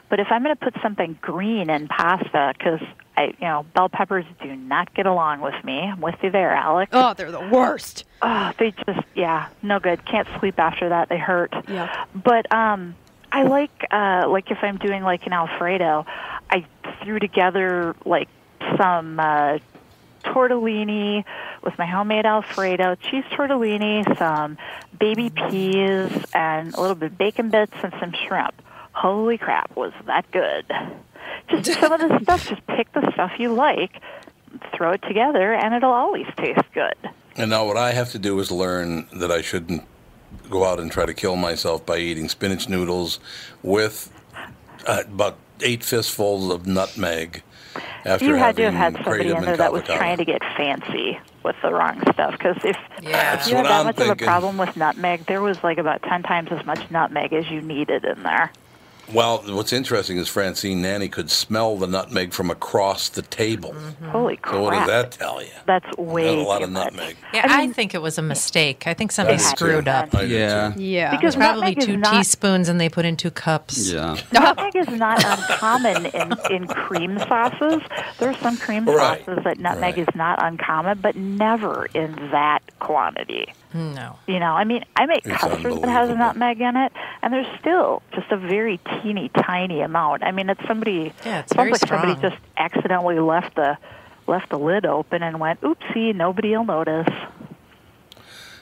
S5: But if I'm going to put something green in pasta, because I, you know, bell peppers do not get along with me. I'm with you there, Alex.
S4: oh, they're the worst.
S7: Ah,
S5: Oh, they just yeah, no good. Can't sleep after that. They hurt.
S4: Yeah.
S5: But um, I like uh, like if I'm doing like an Alfredo, I threw together like
S7: some uh, tortellini with my homemade Alfredo, cheese tortellini, some baby peas, and a little bit of bacon bits and some shrimp. Holy crap, was that good! Just some of this stuff, just pick the stuff you like, throw it together, and it'll always taste good.
S1: And now what I have to do is learn that I shouldn't go out and try to kill myself by eating spinach noodles with uh, about eight fistfuls of nutmeg after
S7: you had to
S1: having
S7: have had somebody
S1: kratom
S7: in there
S1: and
S7: that was
S1: Kava
S7: trying to get fancy with the wrong stuff because if
S1: That's
S7: you had
S1: what
S7: that
S1: I'm
S7: much of a
S1: thinking.
S7: problem with nutmeg, there was like about ten times as much nutmeg as you needed in there.
S1: Kava. Well, what's interesting is Francine Nanny could smell the nutmeg from across the table.
S2: Hmm.
S7: Holy crap!
S1: So what does that tell you?
S7: That's way
S1: Not a lot
S7: too
S1: of
S7: much.
S1: nutmeg.
S2: Yeah, I, think it was a mistake. I think somebody
S1: I do too.
S2: screwed up.
S1: I do too.
S3: Yeah.
S6: Yeah.
S7: Because
S2: Probably
S7: nutmeg is
S2: two
S7: not
S2: teaspoons, and they put in two cups.
S3: Yeah.
S7: Nutmeg is not uncommon in, in cream sauces. There's some cream
S1: Right.
S7: sauces that nutmeg
S1: Right.
S7: is not uncommon, but never in that quantity.
S2: No.
S7: You know, I mean, I make
S1: It's
S7: custard that has
S1: unbelievable.
S7: nutmeg in it, and there's still just a very teeny tiny amount. I mean, it's somebody.
S2: Yeah, it's
S7: sounds
S2: very
S7: like somebody
S2: strong.
S7: just accidentally left the left the lid open and went, "Oopsie, nobody'll notice."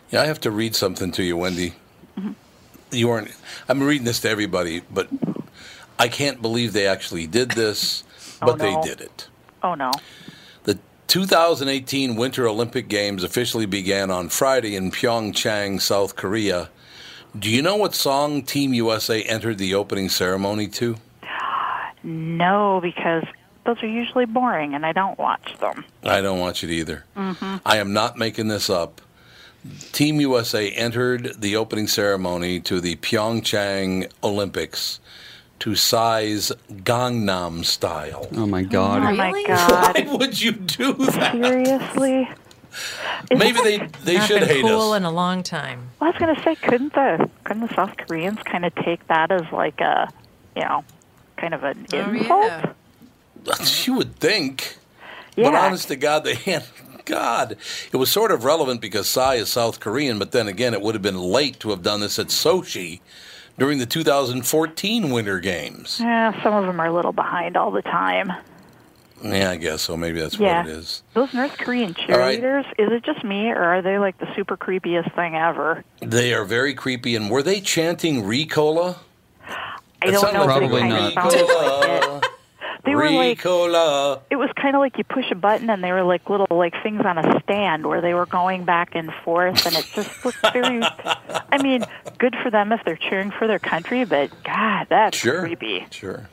S1: Yeah, I have to read something to you, Wendy. You aren't. I'm reading this to everybody, but I can't believe they actually did this,
S7: Oh,
S1: but they
S7: no.
S1: did it.
S7: Oh no!
S1: The 2018 Winter Olympic Games officially began on Friday in Pyeongchang, South Korea. Do you know what song Team USA entered the opening ceremony to?
S7: No, because those are usually boring, and I don't watch them.
S1: I don't watch it either. I am not making this up. Team USA entered the opening ceremony to the Pyeongchang Olympics to size Gangnam Style.
S3: Oh my God.
S7: Oh my
S2: Really?
S7: god!
S1: Why would you do that?
S7: Seriously? Is
S1: Maybe
S7: it-
S1: they, they
S2: not
S1: should
S2: been
S1: hate
S2: cool
S1: us.
S2: in a long time.
S7: Well, I was gonna say, couldn't the couldn't the South Koreans kind of take that as like a, you know, kind of
S2: Oh,
S7: an insult?
S1: you would think.
S7: Yeah.
S1: But honest to God, they had God. It was sort of relevant because Psy is South Korean, but then again, it would have been late to have done this at Sochi during the 2014 Winter Games.
S7: Yeah, some of them are a little behind all the time.
S1: Yeah, I guess so. Maybe that's
S7: Yeah.
S1: what it is.
S7: Those North Korean
S1: right.
S7: cheerleaders, is it just me, or are they like the super creepiest thing ever?
S1: They are very creepy. And were they chanting Ricola?
S7: I
S1: It
S7: don't
S1: sounded
S7: know.
S3: like
S7: if they
S3: probably
S7: kind
S3: not.
S7: of sounded like it. They were like,
S1: Ricola.
S7: it was kind of like you push a button and they were like little like things on a stand where they were going back and forth, and it just looked very. I mean, good for them if they're cheering for their country, but God, that's
S1: Sure.
S7: creepy.
S1: Sure.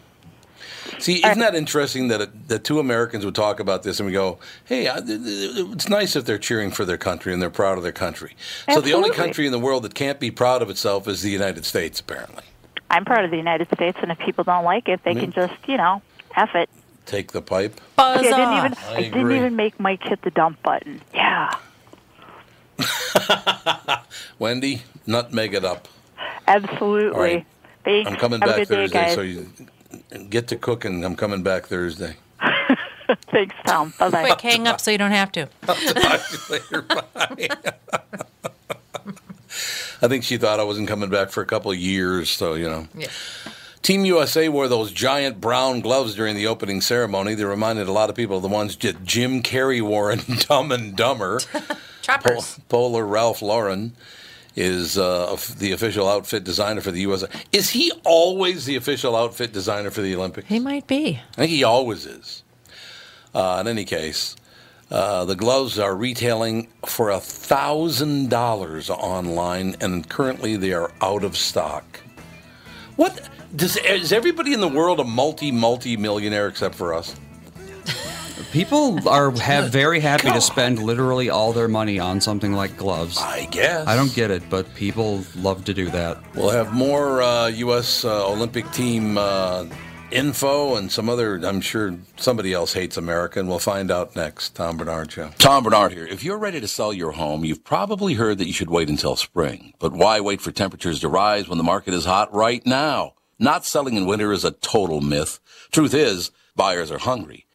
S1: See, isn't that interesting that it, that two Americans would talk about this and we go, "Hey, I, th- th- it's nice if they're cheering for their country and they're proud of their country." So the only
S7: Absolutely.
S1: country in the world that can't be proud of itself is the United States, apparently.
S7: I'm proud of the United States, and if people don't like it, they can just you know f it.
S1: Take the pipe.
S2: Buzz
S7: See, I didn't
S2: off.
S7: even
S1: I
S7: I, didn't
S1: agree.
S7: even make Mike hit the dump button. Yeah,
S1: Wendy, nutmeg it up.
S7: absolutely.
S1: All right.
S7: Thanks.
S1: I'm coming
S7: Have
S1: back
S7: a good
S1: Thursday,
S7: day, guys.
S1: so you get to cooking. I'm coming back Thursday.
S7: Thanks, Tom. Bye bye.
S2: Quick, hang up so you don't have to.
S1: Uh, I think she thought I wasn't coming back for a couple of years, so you know.
S2: Yeah.
S1: Team USA wore those giant brown gloves during the opening ceremony. They reminded a lot of people of the ones that Jim Carrey wore in Dumb and Dumber. Pol-
S2: Choppers.
S1: Polar Ralph Lauren is uh, of- the official outfit designer for the USA. Is he always the official outfit designer for the Olympics?
S2: He might be.
S1: I think he always is. Uh, in any case, uh, the gloves are retailing for a thousand dollars online, and currently they are out of stock. What does is everybody in the world a multi multi millionaire except for us?
S3: People are ha- very happy to spend literally all their money on something like gloves.
S1: I guess
S3: I don't get it, but people love to do that.
S1: We'll have more uh, U.S. Uh, Olympic team uh, info and some other. I'm sure somebody else hates America, and we'll find out next. Tom Bernard Show. Tom Bernard here. If you're ready to sell your home, you've probably heard that you should wait until spring. But why wait for temperatures to rise when the market is hot right now? Not selling in winter is a total myth. Truth is, buyers are hungry.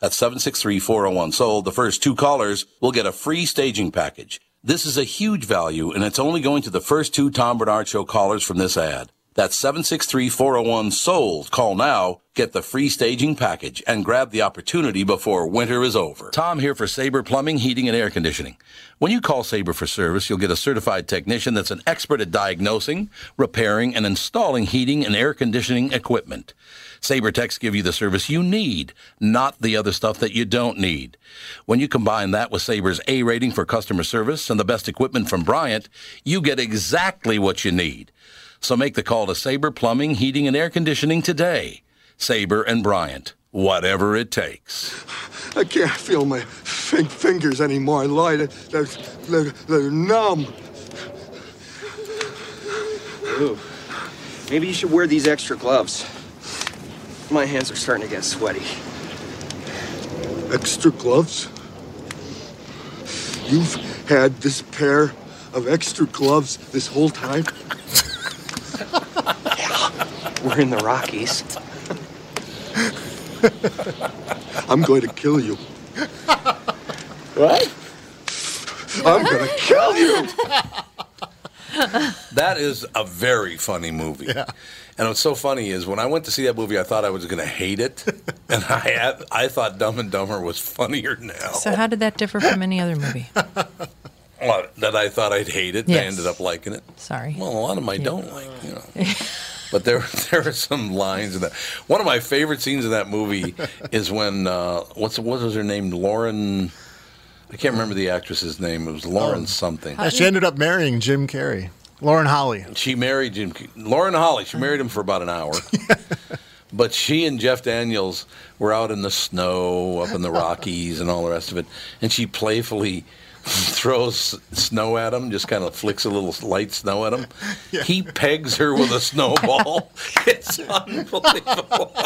S1: That's 763-401-SOLD. The first two callers will get a free staging package. This is a huge value, and it's only going to the first two Tom Bernard Show callers from this ad. That's 763-401-SOLD. Call now, get the free staging package, and grab the opportunity before winter is over. Tom here for Sabre Plumbing, Heating, and Air Conditioning. When you call Sabre for service, you'll get a certified technician that's an expert at diagnosing, repairing, and installing heating and air conditioning equipment. Sabre Techs give you the service you need, not the other stuff that you don't need. When you combine that with Sabre's A rating for customer service and the best equipment from Bryant, you get exactly what you need. So make the call to Sabre Plumbing, Heating, and Air Conditioning today. Sabre and Bryant, whatever it takes.
S10: I can't feel my fin- fingers anymore. I lied. They're, they're, they're numb.
S11: Ooh. Maybe you should wear these extra gloves. My hands are starting to get sweaty.
S10: Extra gloves? You've had this pair of extra gloves this whole time?
S11: We're in the Rockies.
S10: I'm going to kill you.
S11: What?
S10: I'm going to kill you.
S1: That is a very funny movie. And what's so funny is when I went to see that movie, I thought I was going to hate it. and I had, I thought Dumb and Dumber was funnier now.
S2: So how did that differ from any other movie?
S1: Oh. Well, that I thought I'd hate it. and I
S2: Yes.
S1: ended up liking it.
S2: Sorry.
S1: Well, a lot of them I don't like, you know. but there, there are some lines in that. One of my favorite scenes in that movie is when uh, what's what was her name? Lauren. I can't remember the actress's name. It was
S2: Oh.
S1: Lauren something.
S12: Yeah, she ended up marrying Jim Carrey. Lauren Holly.
S1: She married Jim, Lauren Holly. She married him for about an hour. but she and Jeff Daniels were out in the snow, up in the Rockies, and all the rest of it. And she playfully throws snow at him, just kind of flicks a little light snow at him. He pegs her with a snowball. it's unbelievable.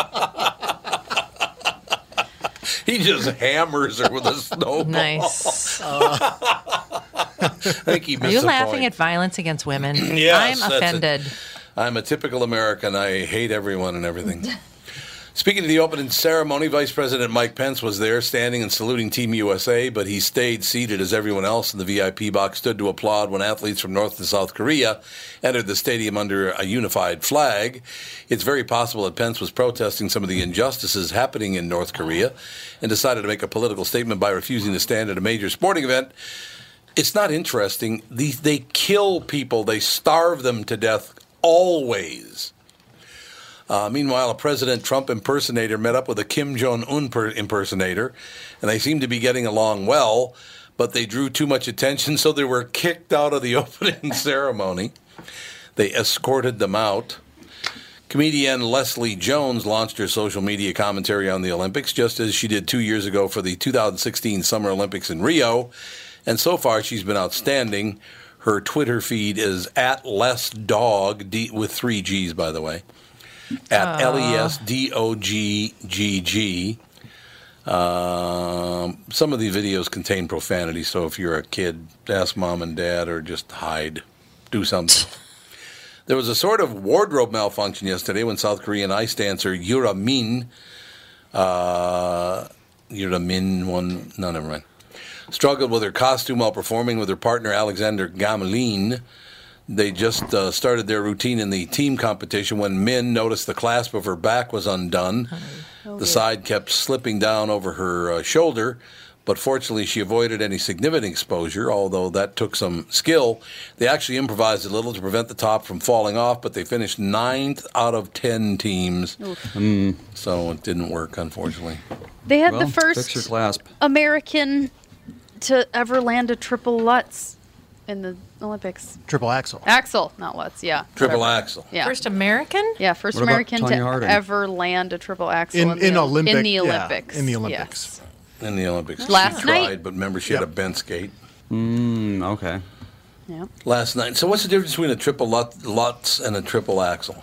S1: he just hammers her with a snowball.
S2: Nice.
S1: I think he
S2: Are
S1: missed
S2: you
S1: the
S2: laughing
S1: point.
S2: at violence against women?
S1: Yes,
S2: I'm
S1: that's it.
S2: offended.
S1: I'm a typical American. I hate everyone and everything. Speaking of the opening ceremony, Vice President Mike Pence was there standing and saluting Team USA, but he stayed seated as everyone else in the VIP box stood to applaud when athletes from North and South Korea entered the stadium under a unified flag. It's very possible that Pence was protesting some of the injustices happening in North Korea and decided to make a political statement by refusing to stand at a major sporting event it's not interesting. These they kill people. They starve them to death always. Uh, meanwhile, a President Trump impersonator met up with a Kim Jong Un per- impersonator, and they seemed to be getting along well. But they drew too much attention, so they were kicked out of the opening ceremony. They escorted them out. Comedian Leslie Jones launched her social media commentary on the Olympics, just as she did two years ago for the 2016 Summer Olympics in Rio. And so far, she's been outstanding. Her Twitter feed is at Les Dog, D, with three G's, by the way, at L E S D O G G G. Um, some of the videos contain profanity, so if you're a kid, ask mom and dad or just hide. Do something. There was a sort of wardrobe malfunction yesterday when South Korean ice dancer Yura Min, uh, Yura Min, one, no, never mind, struggled with her costume while performing with her partner Alexander Gamelin. They just uh, started their routine in the team competition when Min noticed the clasp of her back was undone. The side kept slipping down over her uh, shoulder, but fortunately she avoided any significant exposure, although that took some skill. They actually improvised a little to prevent the top from falling off, but they finished ninth out of 10 teams. So it didn't work, unfortunately.
S6: They had the first
S1: clasp.
S6: American to ever land a triple Lutz in the Olympics.
S12: Triple axel.
S6: Axel, not Lutz, yeah.
S1: Triple
S6: whatever.
S1: axel.
S6: Yeah.
S2: First American?
S6: Yeah, first
S12: What about
S6: American to
S12: Tanya Harding?
S6: ever land a triple axel
S12: In-
S6: in, the,
S12: in Olympic-
S6: in the
S12: yeah,
S6: Olympics.
S12: in the
S6: yeah.
S12: Olympics.
S1: In the Olympics.
S6: Last
S1: she
S6: night-
S1: tried, but remember she had a bent skate.
S3: Mm, okay.
S6: Yeah.
S1: Last night. So what's the difference between a triple lut- Lutz and a triple axel?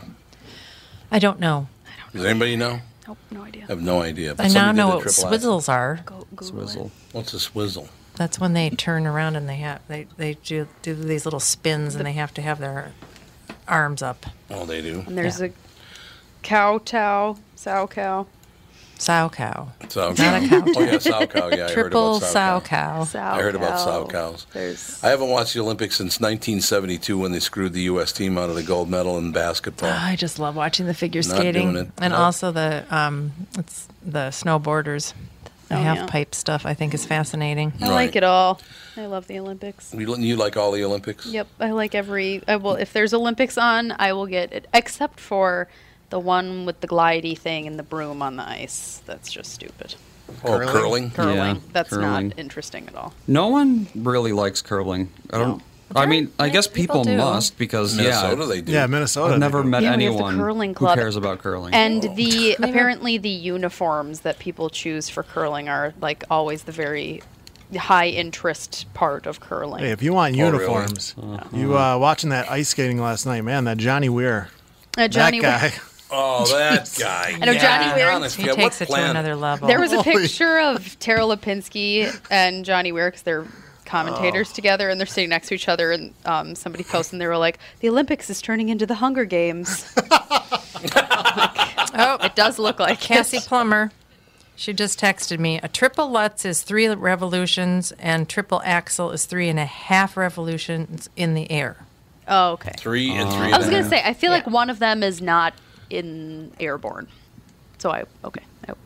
S2: I don't know.
S1: Does anybody know?
S4: Nope, no idea.
S1: I have no idea.
S2: I now know what swizzles are.
S1: Swizzle. What's a swizzle?
S2: That's when they turn around and they have they, they do do these little spins and they have to have their arms up.
S1: Oh, they do.
S4: And there's a cow tow, sow cow.
S2: Sow cow.
S1: Sow
S2: Not a cow.
S1: Oh yeah, sow cow. Yeah,
S2: Triple
S1: I heard about
S2: sow
S1: sow
S2: cow.
S1: I heard about sow cows. I haven't watched the Olympics since 1972 when they screwed the U.S. team out of the gold medal in basketball.
S2: Oh, I just love watching the figure
S1: Not
S2: skating
S1: doing it.
S2: and
S1: Nope.
S2: also the um it's the snowboarders. The
S4: Oh,
S2: half
S4: yeah.
S2: pipe stuff I think is fascinating.
S4: I like it all. I love the Olympics.
S1: You, you like all the Olympics?
S4: Yep, I like every. I will if there's Olympics on, I will get it, except for the one with the glidey thing and the broom on the ice. That's just stupid.
S1: Oh, curling?
S4: Curling.
S3: Yeah,
S4: That's
S3: curling.
S4: not interesting at all.
S3: No one really likes curling. I don't. I mean, I guess people,
S4: people do.
S3: must because
S1: Minnesota
S3: yeah,
S1: they do.
S12: Yeah, Minnesota
S3: I've
S12: they
S3: never
S12: do.
S3: met
S4: Yeah, we have the
S3: anyone
S4: curling club.
S3: who cares about curling.
S4: And the apparently the uniforms that people choose for curling are like always the very high interest part of curling.
S12: Hey, if you want
S4: Oh, really?
S12: uniforms, you uh, watching that ice skating last night, man? That Johnny Weir.
S4: Uh, Johnny
S12: that guy.
S4: Weir-
S1: Oh, that guy.
S4: I know Johnny
S1: Yeah,
S4: Weir-
S1: honest,
S2: He
S1: yeah,
S2: takes
S1: what
S2: it to
S1: planet?
S2: another level.
S4: There was a
S2: Holy-
S4: picture of Tara Lipinski and Johnny Weir because they're commentators together and they're sitting next to each other. And um, somebody posted and they were like, "The Olympics is turning into the Hunger Games."
S2: oh,
S4: it does look like
S2: Cassie Plummer. She just texted me. A triple Lutz is three revolutions, and triple axel is three and a half revolutions in the air.
S4: Oh, okay.
S1: Three and three.
S4: I was
S1: and a
S4: gonna
S1: half.
S4: say I feel like one of them is not in airborne, so I okay.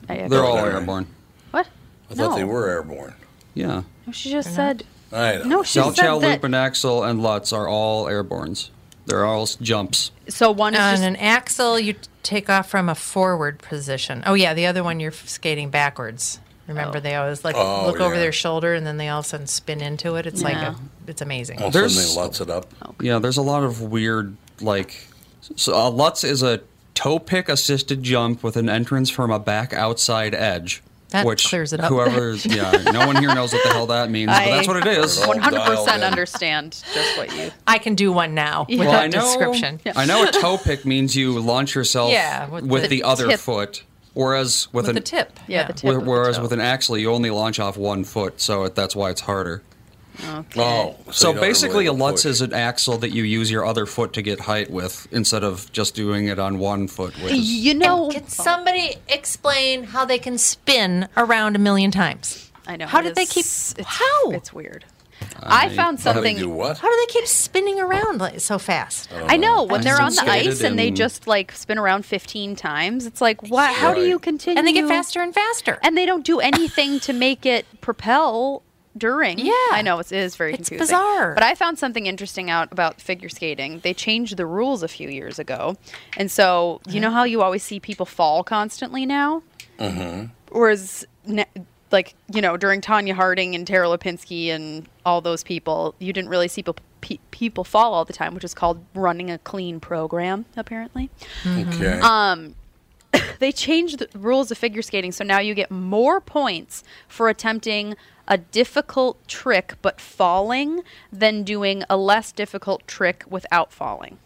S4: I, I
S3: They're all
S1: Right.
S3: airborne.
S4: what?
S1: I thought they
S4: No.
S1: were airborne.
S3: Yeah.
S4: No, she just said
S1: I
S4: no. She
S3: Chow
S4: said
S3: Chow,
S4: that.
S3: Loop, and Axel and Lutz are all airborns. They're all s- jumps.
S4: So one
S2: on an axle, you t- take off from a forward position. Oh yeah, the other one you're f- skating backwards. Remember, they always like
S1: Oh,
S2: look over
S1: yeah.
S2: their shoulder and then they all of a sudden spin into it. It's like
S4: Yeah.
S2: a, it's amazing.
S1: All of a
S3: There's-
S1: sudden they lutz it up.
S3: Yeah, there's a lot of weird like. So uh, Lutz is a toe pick assisted jump with an entrance from a back outside edge.
S2: That
S3: which
S2: clears it up.
S3: Whoever, yeah, no one here knows what the hell that means, but that's what it is.
S4: One hundred percent understand just what you.
S2: I can do one now
S4: Yeah.
S2: without
S4: Well, I
S3: know-
S2: description.
S3: I know a toe pick means you launch yourself
S2: Yeah,
S3: with,
S2: with
S3: the,
S2: the
S3: other
S2: tip.
S3: foot, whereas with,
S2: with
S3: an
S2: the tip.
S4: Yeah, the tip.
S3: whe-
S4: of the
S3: whereas
S4: toe.
S3: with an axle you only launch off one foot, so that's why it's harder.
S4: Okay.
S3: so,
S1: you don't
S3: basically,
S1: really
S3: a Lutz is an axle that you use your other foot to get height with, instead of just doing it on one foot. Which is,
S4: You know,
S2: Can somebody explain how they can spin around a million times?
S4: I know.
S2: How
S4: it
S2: did they keep?
S4: is- It's,
S2: How?
S4: It's weird. I, found something.
S1: How do they do what?
S2: How do they keep spinning around like, so fast?
S4: I know when
S2: I
S4: they're on
S2: just
S4: the
S3: skated
S4: ice and they
S3: in-
S4: just like spin around 15 times. It's like, what? How do
S1: Right.
S4: you continue?
S2: And they get faster and faster.
S4: And they don't do anything to make it propel during.
S2: Yeah.
S4: I know it's, it is very
S2: It's
S4: confusing.
S2: bizarre.
S4: But I found something interesting out about figure skating. They changed the rules a few years ago, and so you know how you always see people fall constantly now.
S2: Mm-hmm.
S4: Whereas, ne- like you know, during Tanya Harding and Tara Lipinski and all those people, you didn't really see people pe- people fall all the time, which is called running a clean program, apparently
S1: Okay.
S2: Uh,
S4: they changed the rules of figure skating so now you get more points for attempting a difficult trick but falling than doing a less difficult trick without falling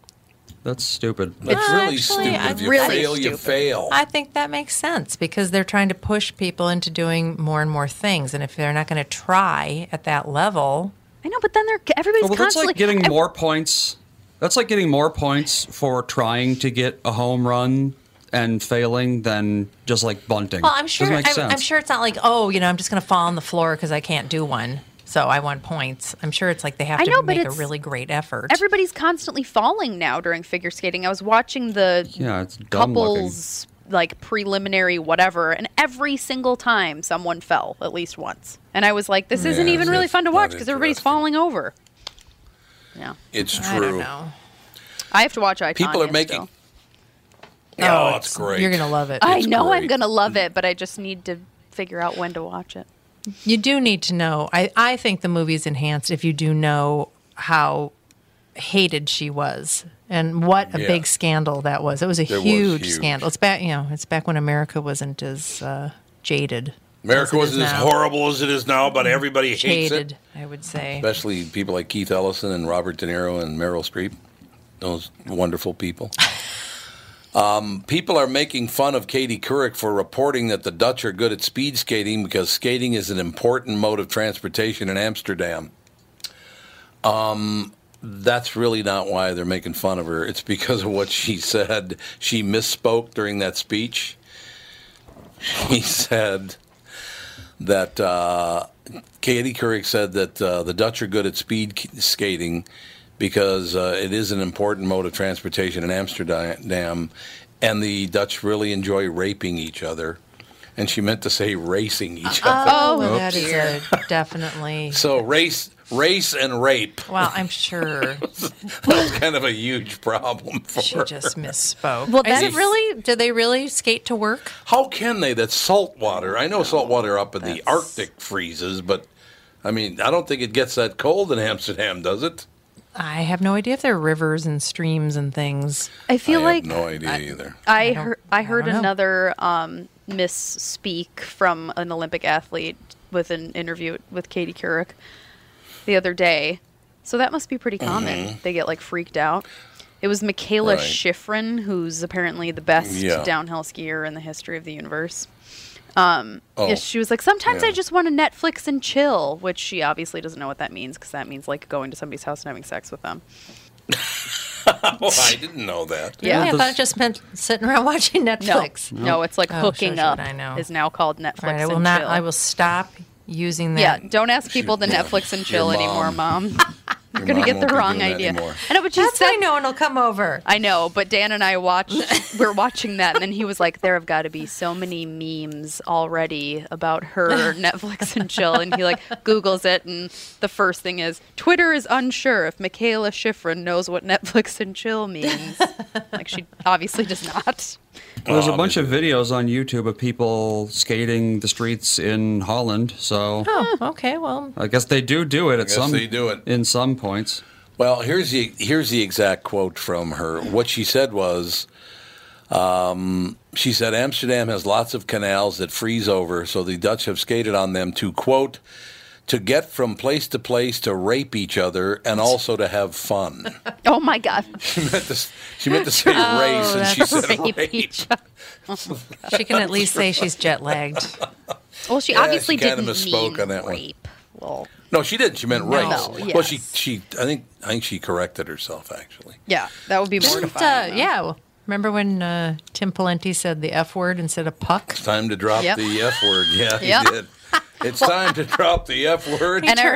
S3: that's stupid.
S1: That's
S2: No,
S1: really
S2: actually,
S1: stupid.
S2: I
S1: If you
S4: really
S1: fail, you
S4: stupid.
S1: fail.
S2: I think that makes sense because they're trying to push people into doing more and more things, and if they're not going to try at that level,
S4: i know but then they're everybody's
S3: Well, that's
S4: constantly
S3: like getting
S4: I-
S3: more points. That's like getting more points for trying to get a home run and failing than just like bunting.
S2: well, I'm sure.
S3: Doesn't make
S2: I'm,
S3: sense.
S2: I'm sure it's not like oh, you know, I'm just going to fall on the floor because I can't do one, so I want points. I'm sure it's like they have
S4: I
S2: to
S4: know, but
S2: make a
S4: it's-
S2: really great effort.
S4: everybody's constantly falling now during figure skating i was watching the
S3: Yeah, it's dumb looking.
S4: couples like preliminary whatever and every single time someone fell at least once and i was like this isn't
S1: Yeah,
S4: even really
S1: that's
S4: fun to
S1: not
S4: watch because everybody's
S1: interesting.
S4: falling over yeah
S1: it's true.
S2: I don't know.
S4: i have to watch i
S1: People are making.
S4: still.
S1: Oh, it's great.
S2: You're going to love it.
S4: I
S1: It's
S4: know I'm
S1: great.
S4: gonna love it, but I just need to figure out when to watch it.
S2: You do need to know. I, I think the movie's enhanced if you do know how hated she was and what a
S1: Yeah.
S2: big scandal that was. It was a
S1: was
S2: huge,
S1: huge.
S2: scandal. It's back, you know, it's back when America wasn't as uh, jaded.
S1: America
S2: as it is
S1: wasn't as
S2: now.
S1: horrible as it is now, but everybody hates
S2: Jaded,
S1: it.
S2: I would say.
S1: Especially people like Keith Ellison and Robert De Niro and Meryl Streep. Those wonderful people. Um, people are making fun of Katie Couric for reporting that the Dutch are good at speed skating because skating is an important mode of transportation in Amsterdam. Um, that's really not why they're making fun of her. It's because of what she said. She misspoke during that speech. She said that uh, Katie Couric said that uh, the Dutch are good at speed k- skating because uh, it is an important mode of transportation in Amsterdam, and the Dutch really enjoy raping each other. And she meant to say racing each other.
S2: Oh,
S1: Oops.
S2: that is a definitely.
S1: So race, race, and rape.
S2: Well, I'm sure
S1: That's kind of a huge problem for
S2: she
S1: her.
S2: just misspoke.
S1: Well,
S2: is
S1: that-
S2: it really? Do they really skate to work?
S1: How can they? That's salt water. I know salt water up in the Arctic freezes, but I mean, I don't think it gets that cold in Amsterdam, does it?
S2: I have no idea if there are rivers and streams and things.
S4: I feel
S1: I
S4: like
S1: have no idea either.
S4: I,
S2: I don't-
S4: heard I heard
S2: don't know.
S4: another um, misspeak from an Olympic athlete with an interview with Katie Couric the other day. So that must be pretty common.
S1: Mm-hmm.
S6: Mhm.
S4: They get like freaked out. It was Michaela
S6: Right.
S4: Schifrin, who's apparently the best
S6: Yeah.
S4: downhill skier in the history of the universe. Um,
S6: Oh.
S4: yeah, She was like, sometimes
S6: Yeah.
S4: I just want to Netflix and chill, which she obviously doesn't know what that means because that means like going to somebody's house and having sex with them.
S1: Oh, I didn't know that.
S4: Yeah.
S2: I thought it just meant sitting around watching Netflix.
S4: No, it's like
S2: Oh,
S4: hooking
S2: sure, sure,
S4: up.
S2: I know.
S4: Is now called Netflix
S2: All right, I will
S4: and
S2: not.
S4: chill.
S2: I will stop using
S4: yeah,
S2: that.
S4: don't ask people the Netflix and chill
S2: Your
S4: anymore, mom. You're gonna
S2: mom
S4: get the
S2: won't be
S4: wrong
S2: doing that
S4: idea.
S2: anymore.
S4: I know, but you
S2: That's
S4: said
S2: why no one will come over.
S4: I know, but Dan and I watched. we're watching that, and then he was like, "There have got to be so many memes already about her Netflix and chill." And he like Google's it, and the first thing is Twitter is unsure if Michaela Schifrin knows what Netflix and chill means. like she obviously does not.
S3: Well, there's a bunch of videos on YouTube of people skating the streets in Holland, so
S2: Oh, okay. Well,
S3: I guess they do do it at
S1: guess
S3: some
S1: they do it.
S3: in some points.
S1: Well, here's the here's the exact quote from her. What she said was, um, she said Amsterdam has lots of canals that freeze over, so the Dutch have skated on them to quote to get from place to place to rape each other and also to have fun.
S4: Oh my god.
S1: She meant to, she meant to say
S4: Oh,
S1: race, and she
S4: that's
S1: said
S4: rape
S1: rape.
S4: each other. Oh my God.
S2: She can at least say she's jet lagged.
S4: Well, she
S1: Yeah,
S4: obviously
S1: kinda
S4: didn't
S1: misspoke
S4: mean
S1: on that
S4: rape. One. Well,
S1: No, she didn't. She meant
S2: No.
S1: race.
S4: Oh,
S2: No,
S1: Well, she she I think I think she corrected herself actually.
S4: yeah, that would be
S2: Didn't, uh,
S4: mortifying. though.
S2: yeah. well, Remember when uh, Tim Pawlenty said the F word instead of puck?
S1: It's time to drop
S2: Yep.
S1: the F word. Yeah, he
S2: Yep.
S1: did. It's time to drop the F word.
S4: And I-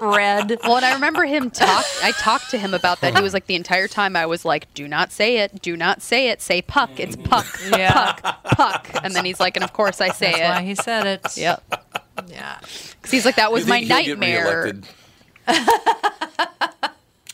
S2: red.
S4: uh, Well, and I remember him talk. I talked to him about that. He was like, the entire time I was like, "Do not say it. Do not say it. Say puck. It's puck.
S2: Yeah.
S4: Puck. Puck." And then he's like, "And of course I say
S2: That's
S4: it."
S2: why he said it.
S4: Yep.
S2: Yeah.
S4: Because he's like, "That was
S1: You
S4: my
S1: think he'll get
S4: nightmare."
S1: reelected?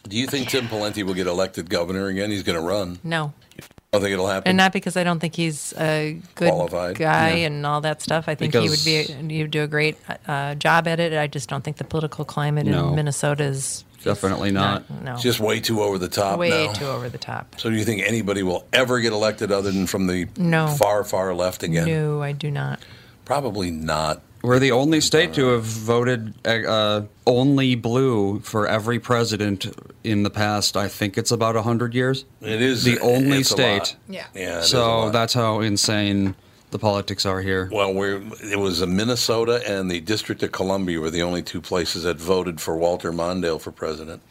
S1: Do you think Tim Pawlenty will get elected governor again? He's going to run.
S2: No.
S1: I don't think it'll happen.
S2: And not because I don't think he's a good
S1: Qualified.
S2: guy
S1: Yeah.
S2: and all that stuff. I think he would
S1: Because-
S2: be he would do a great uh, job at it. I just don't think the political climate
S1: No.
S2: in Minnesota is
S1: Definitely
S2: not. not, no.
S1: It's just way too over the top
S2: way
S1: now.
S2: too over the top.
S1: so do you think anybody will ever get elected other than from the
S2: No.
S1: far, far left again?
S2: No, I do not.
S1: Probably not.
S3: We're the only state to have voted uh, uh, only blue for every president in the past. I think it's about hundred years.
S1: It is-
S3: the only
S1: it's a lot.
S3: state.
S1: Yeah. Yeah, it is a
S3: So
S1: lot.
S3: that's how insane the politics are here.
S1: Well, we're, it was uh, Minnesota and the District of Columbia were the only two places that voted for Walter Mondale for president.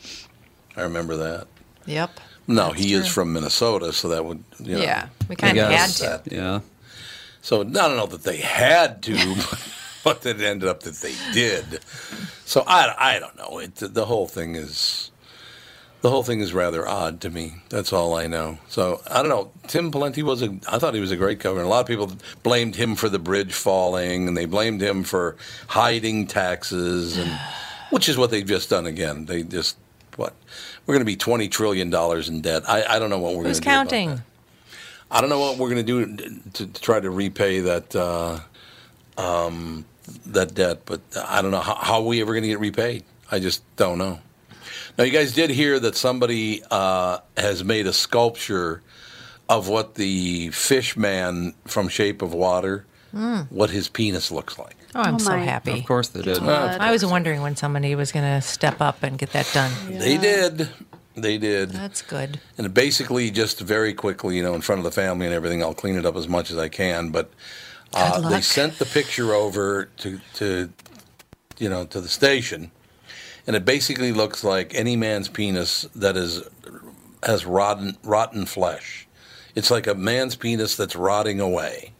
S1: I remember that.
S2: Yep.
S1: No,
S2: That's
S1: he is
S2: true.
S1: from Minnesota, so that would you know,
S2: Yeah, we kinda I guess. had
S1: to.
S3: Yeah.
S1: So I don't know that they had to, but, but it ended up that they did. So I, I don't know. It the whole thing is the whole thing is rather odd to me. That's all I know. So I don't know. Tim Pawlenty was a I thought he was a great governor. A lot of people blamed him for the bridge falling, and they blamed him for hiding taxes, and which is what they've just done again. They just what we're going to be twenty trillion dollars in debt. I, I don't know what we're going
S2: Who's
S1: to do. about
S2: counting?
S1: I don't know what we're going to do to, to try to repay that uh, um, that debt, but I don't know how, how are we ever going to get repaid. I just don't know. Now, you guys did hear that somebody uh, has made a sculpture of what the fish man from Shape of Water,
S2: Mm.
S1: what his penis looks like. Uh,
S2: Oh, I'm so happy.
S3: Of course they did.
S2: I was wondering when somebody was going to step up and get that done.
S1: They did. They did.
S2: That's good.
S1: And basically, just very quickly, you know, in front of the family and everything, I'll clean it up as much as I can. But uh,
S2: Good
S1: they
S2: luck.
S1: sent the picture over to, to, you know, to the station, and it basically looks like any man's penis that is has rotten rotten flesh. It's like a man's penis that's rotting away.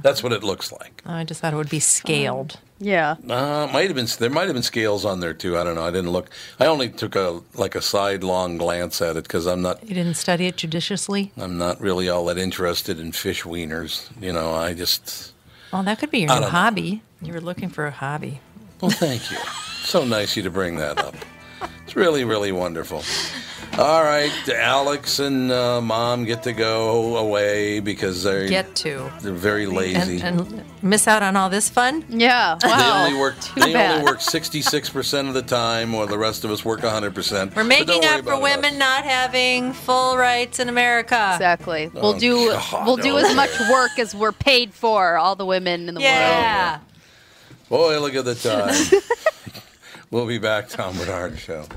S1: That's what it looks like.
S2: I just thought it would be scaled.
S4: Yeah.
S1: Uh, might have been there might have been scales on there too. I don't know. I didn't look. I only took a like a sidelong glance at it because I'm not
S2: You didn't study it judiciously?
S1: I'm not really all that interested in fish wieners. You know, I just
S2: Well, that could be your
S1: I
S2: new
S1: don't know.
S2: hobby. You were looking for a hobby.
S1: well, thank you. so nice of you to bring that up. It's really really wonderful. All right, Alex and uh, Mom get to go away because they're
S2: Get to.
S1: they're very lazy.
S2: And, and miss out on all this fun?
S4: Yeah.
S1: They only work. They only work sixty-six percent of the time, while the rest of us work hundred percent.
S2: We're making up for women not having full rights in America.
S4: Exactly.
S1: Oh,
S4: We'll do
S1: God,
S4: we'll do
S1: okay.
S4: as much work as we're paid for. All the women in the
S2: Yeah.
S4: world.
S1: Boy, look at the time. we'll be back, Tom Bernard Show.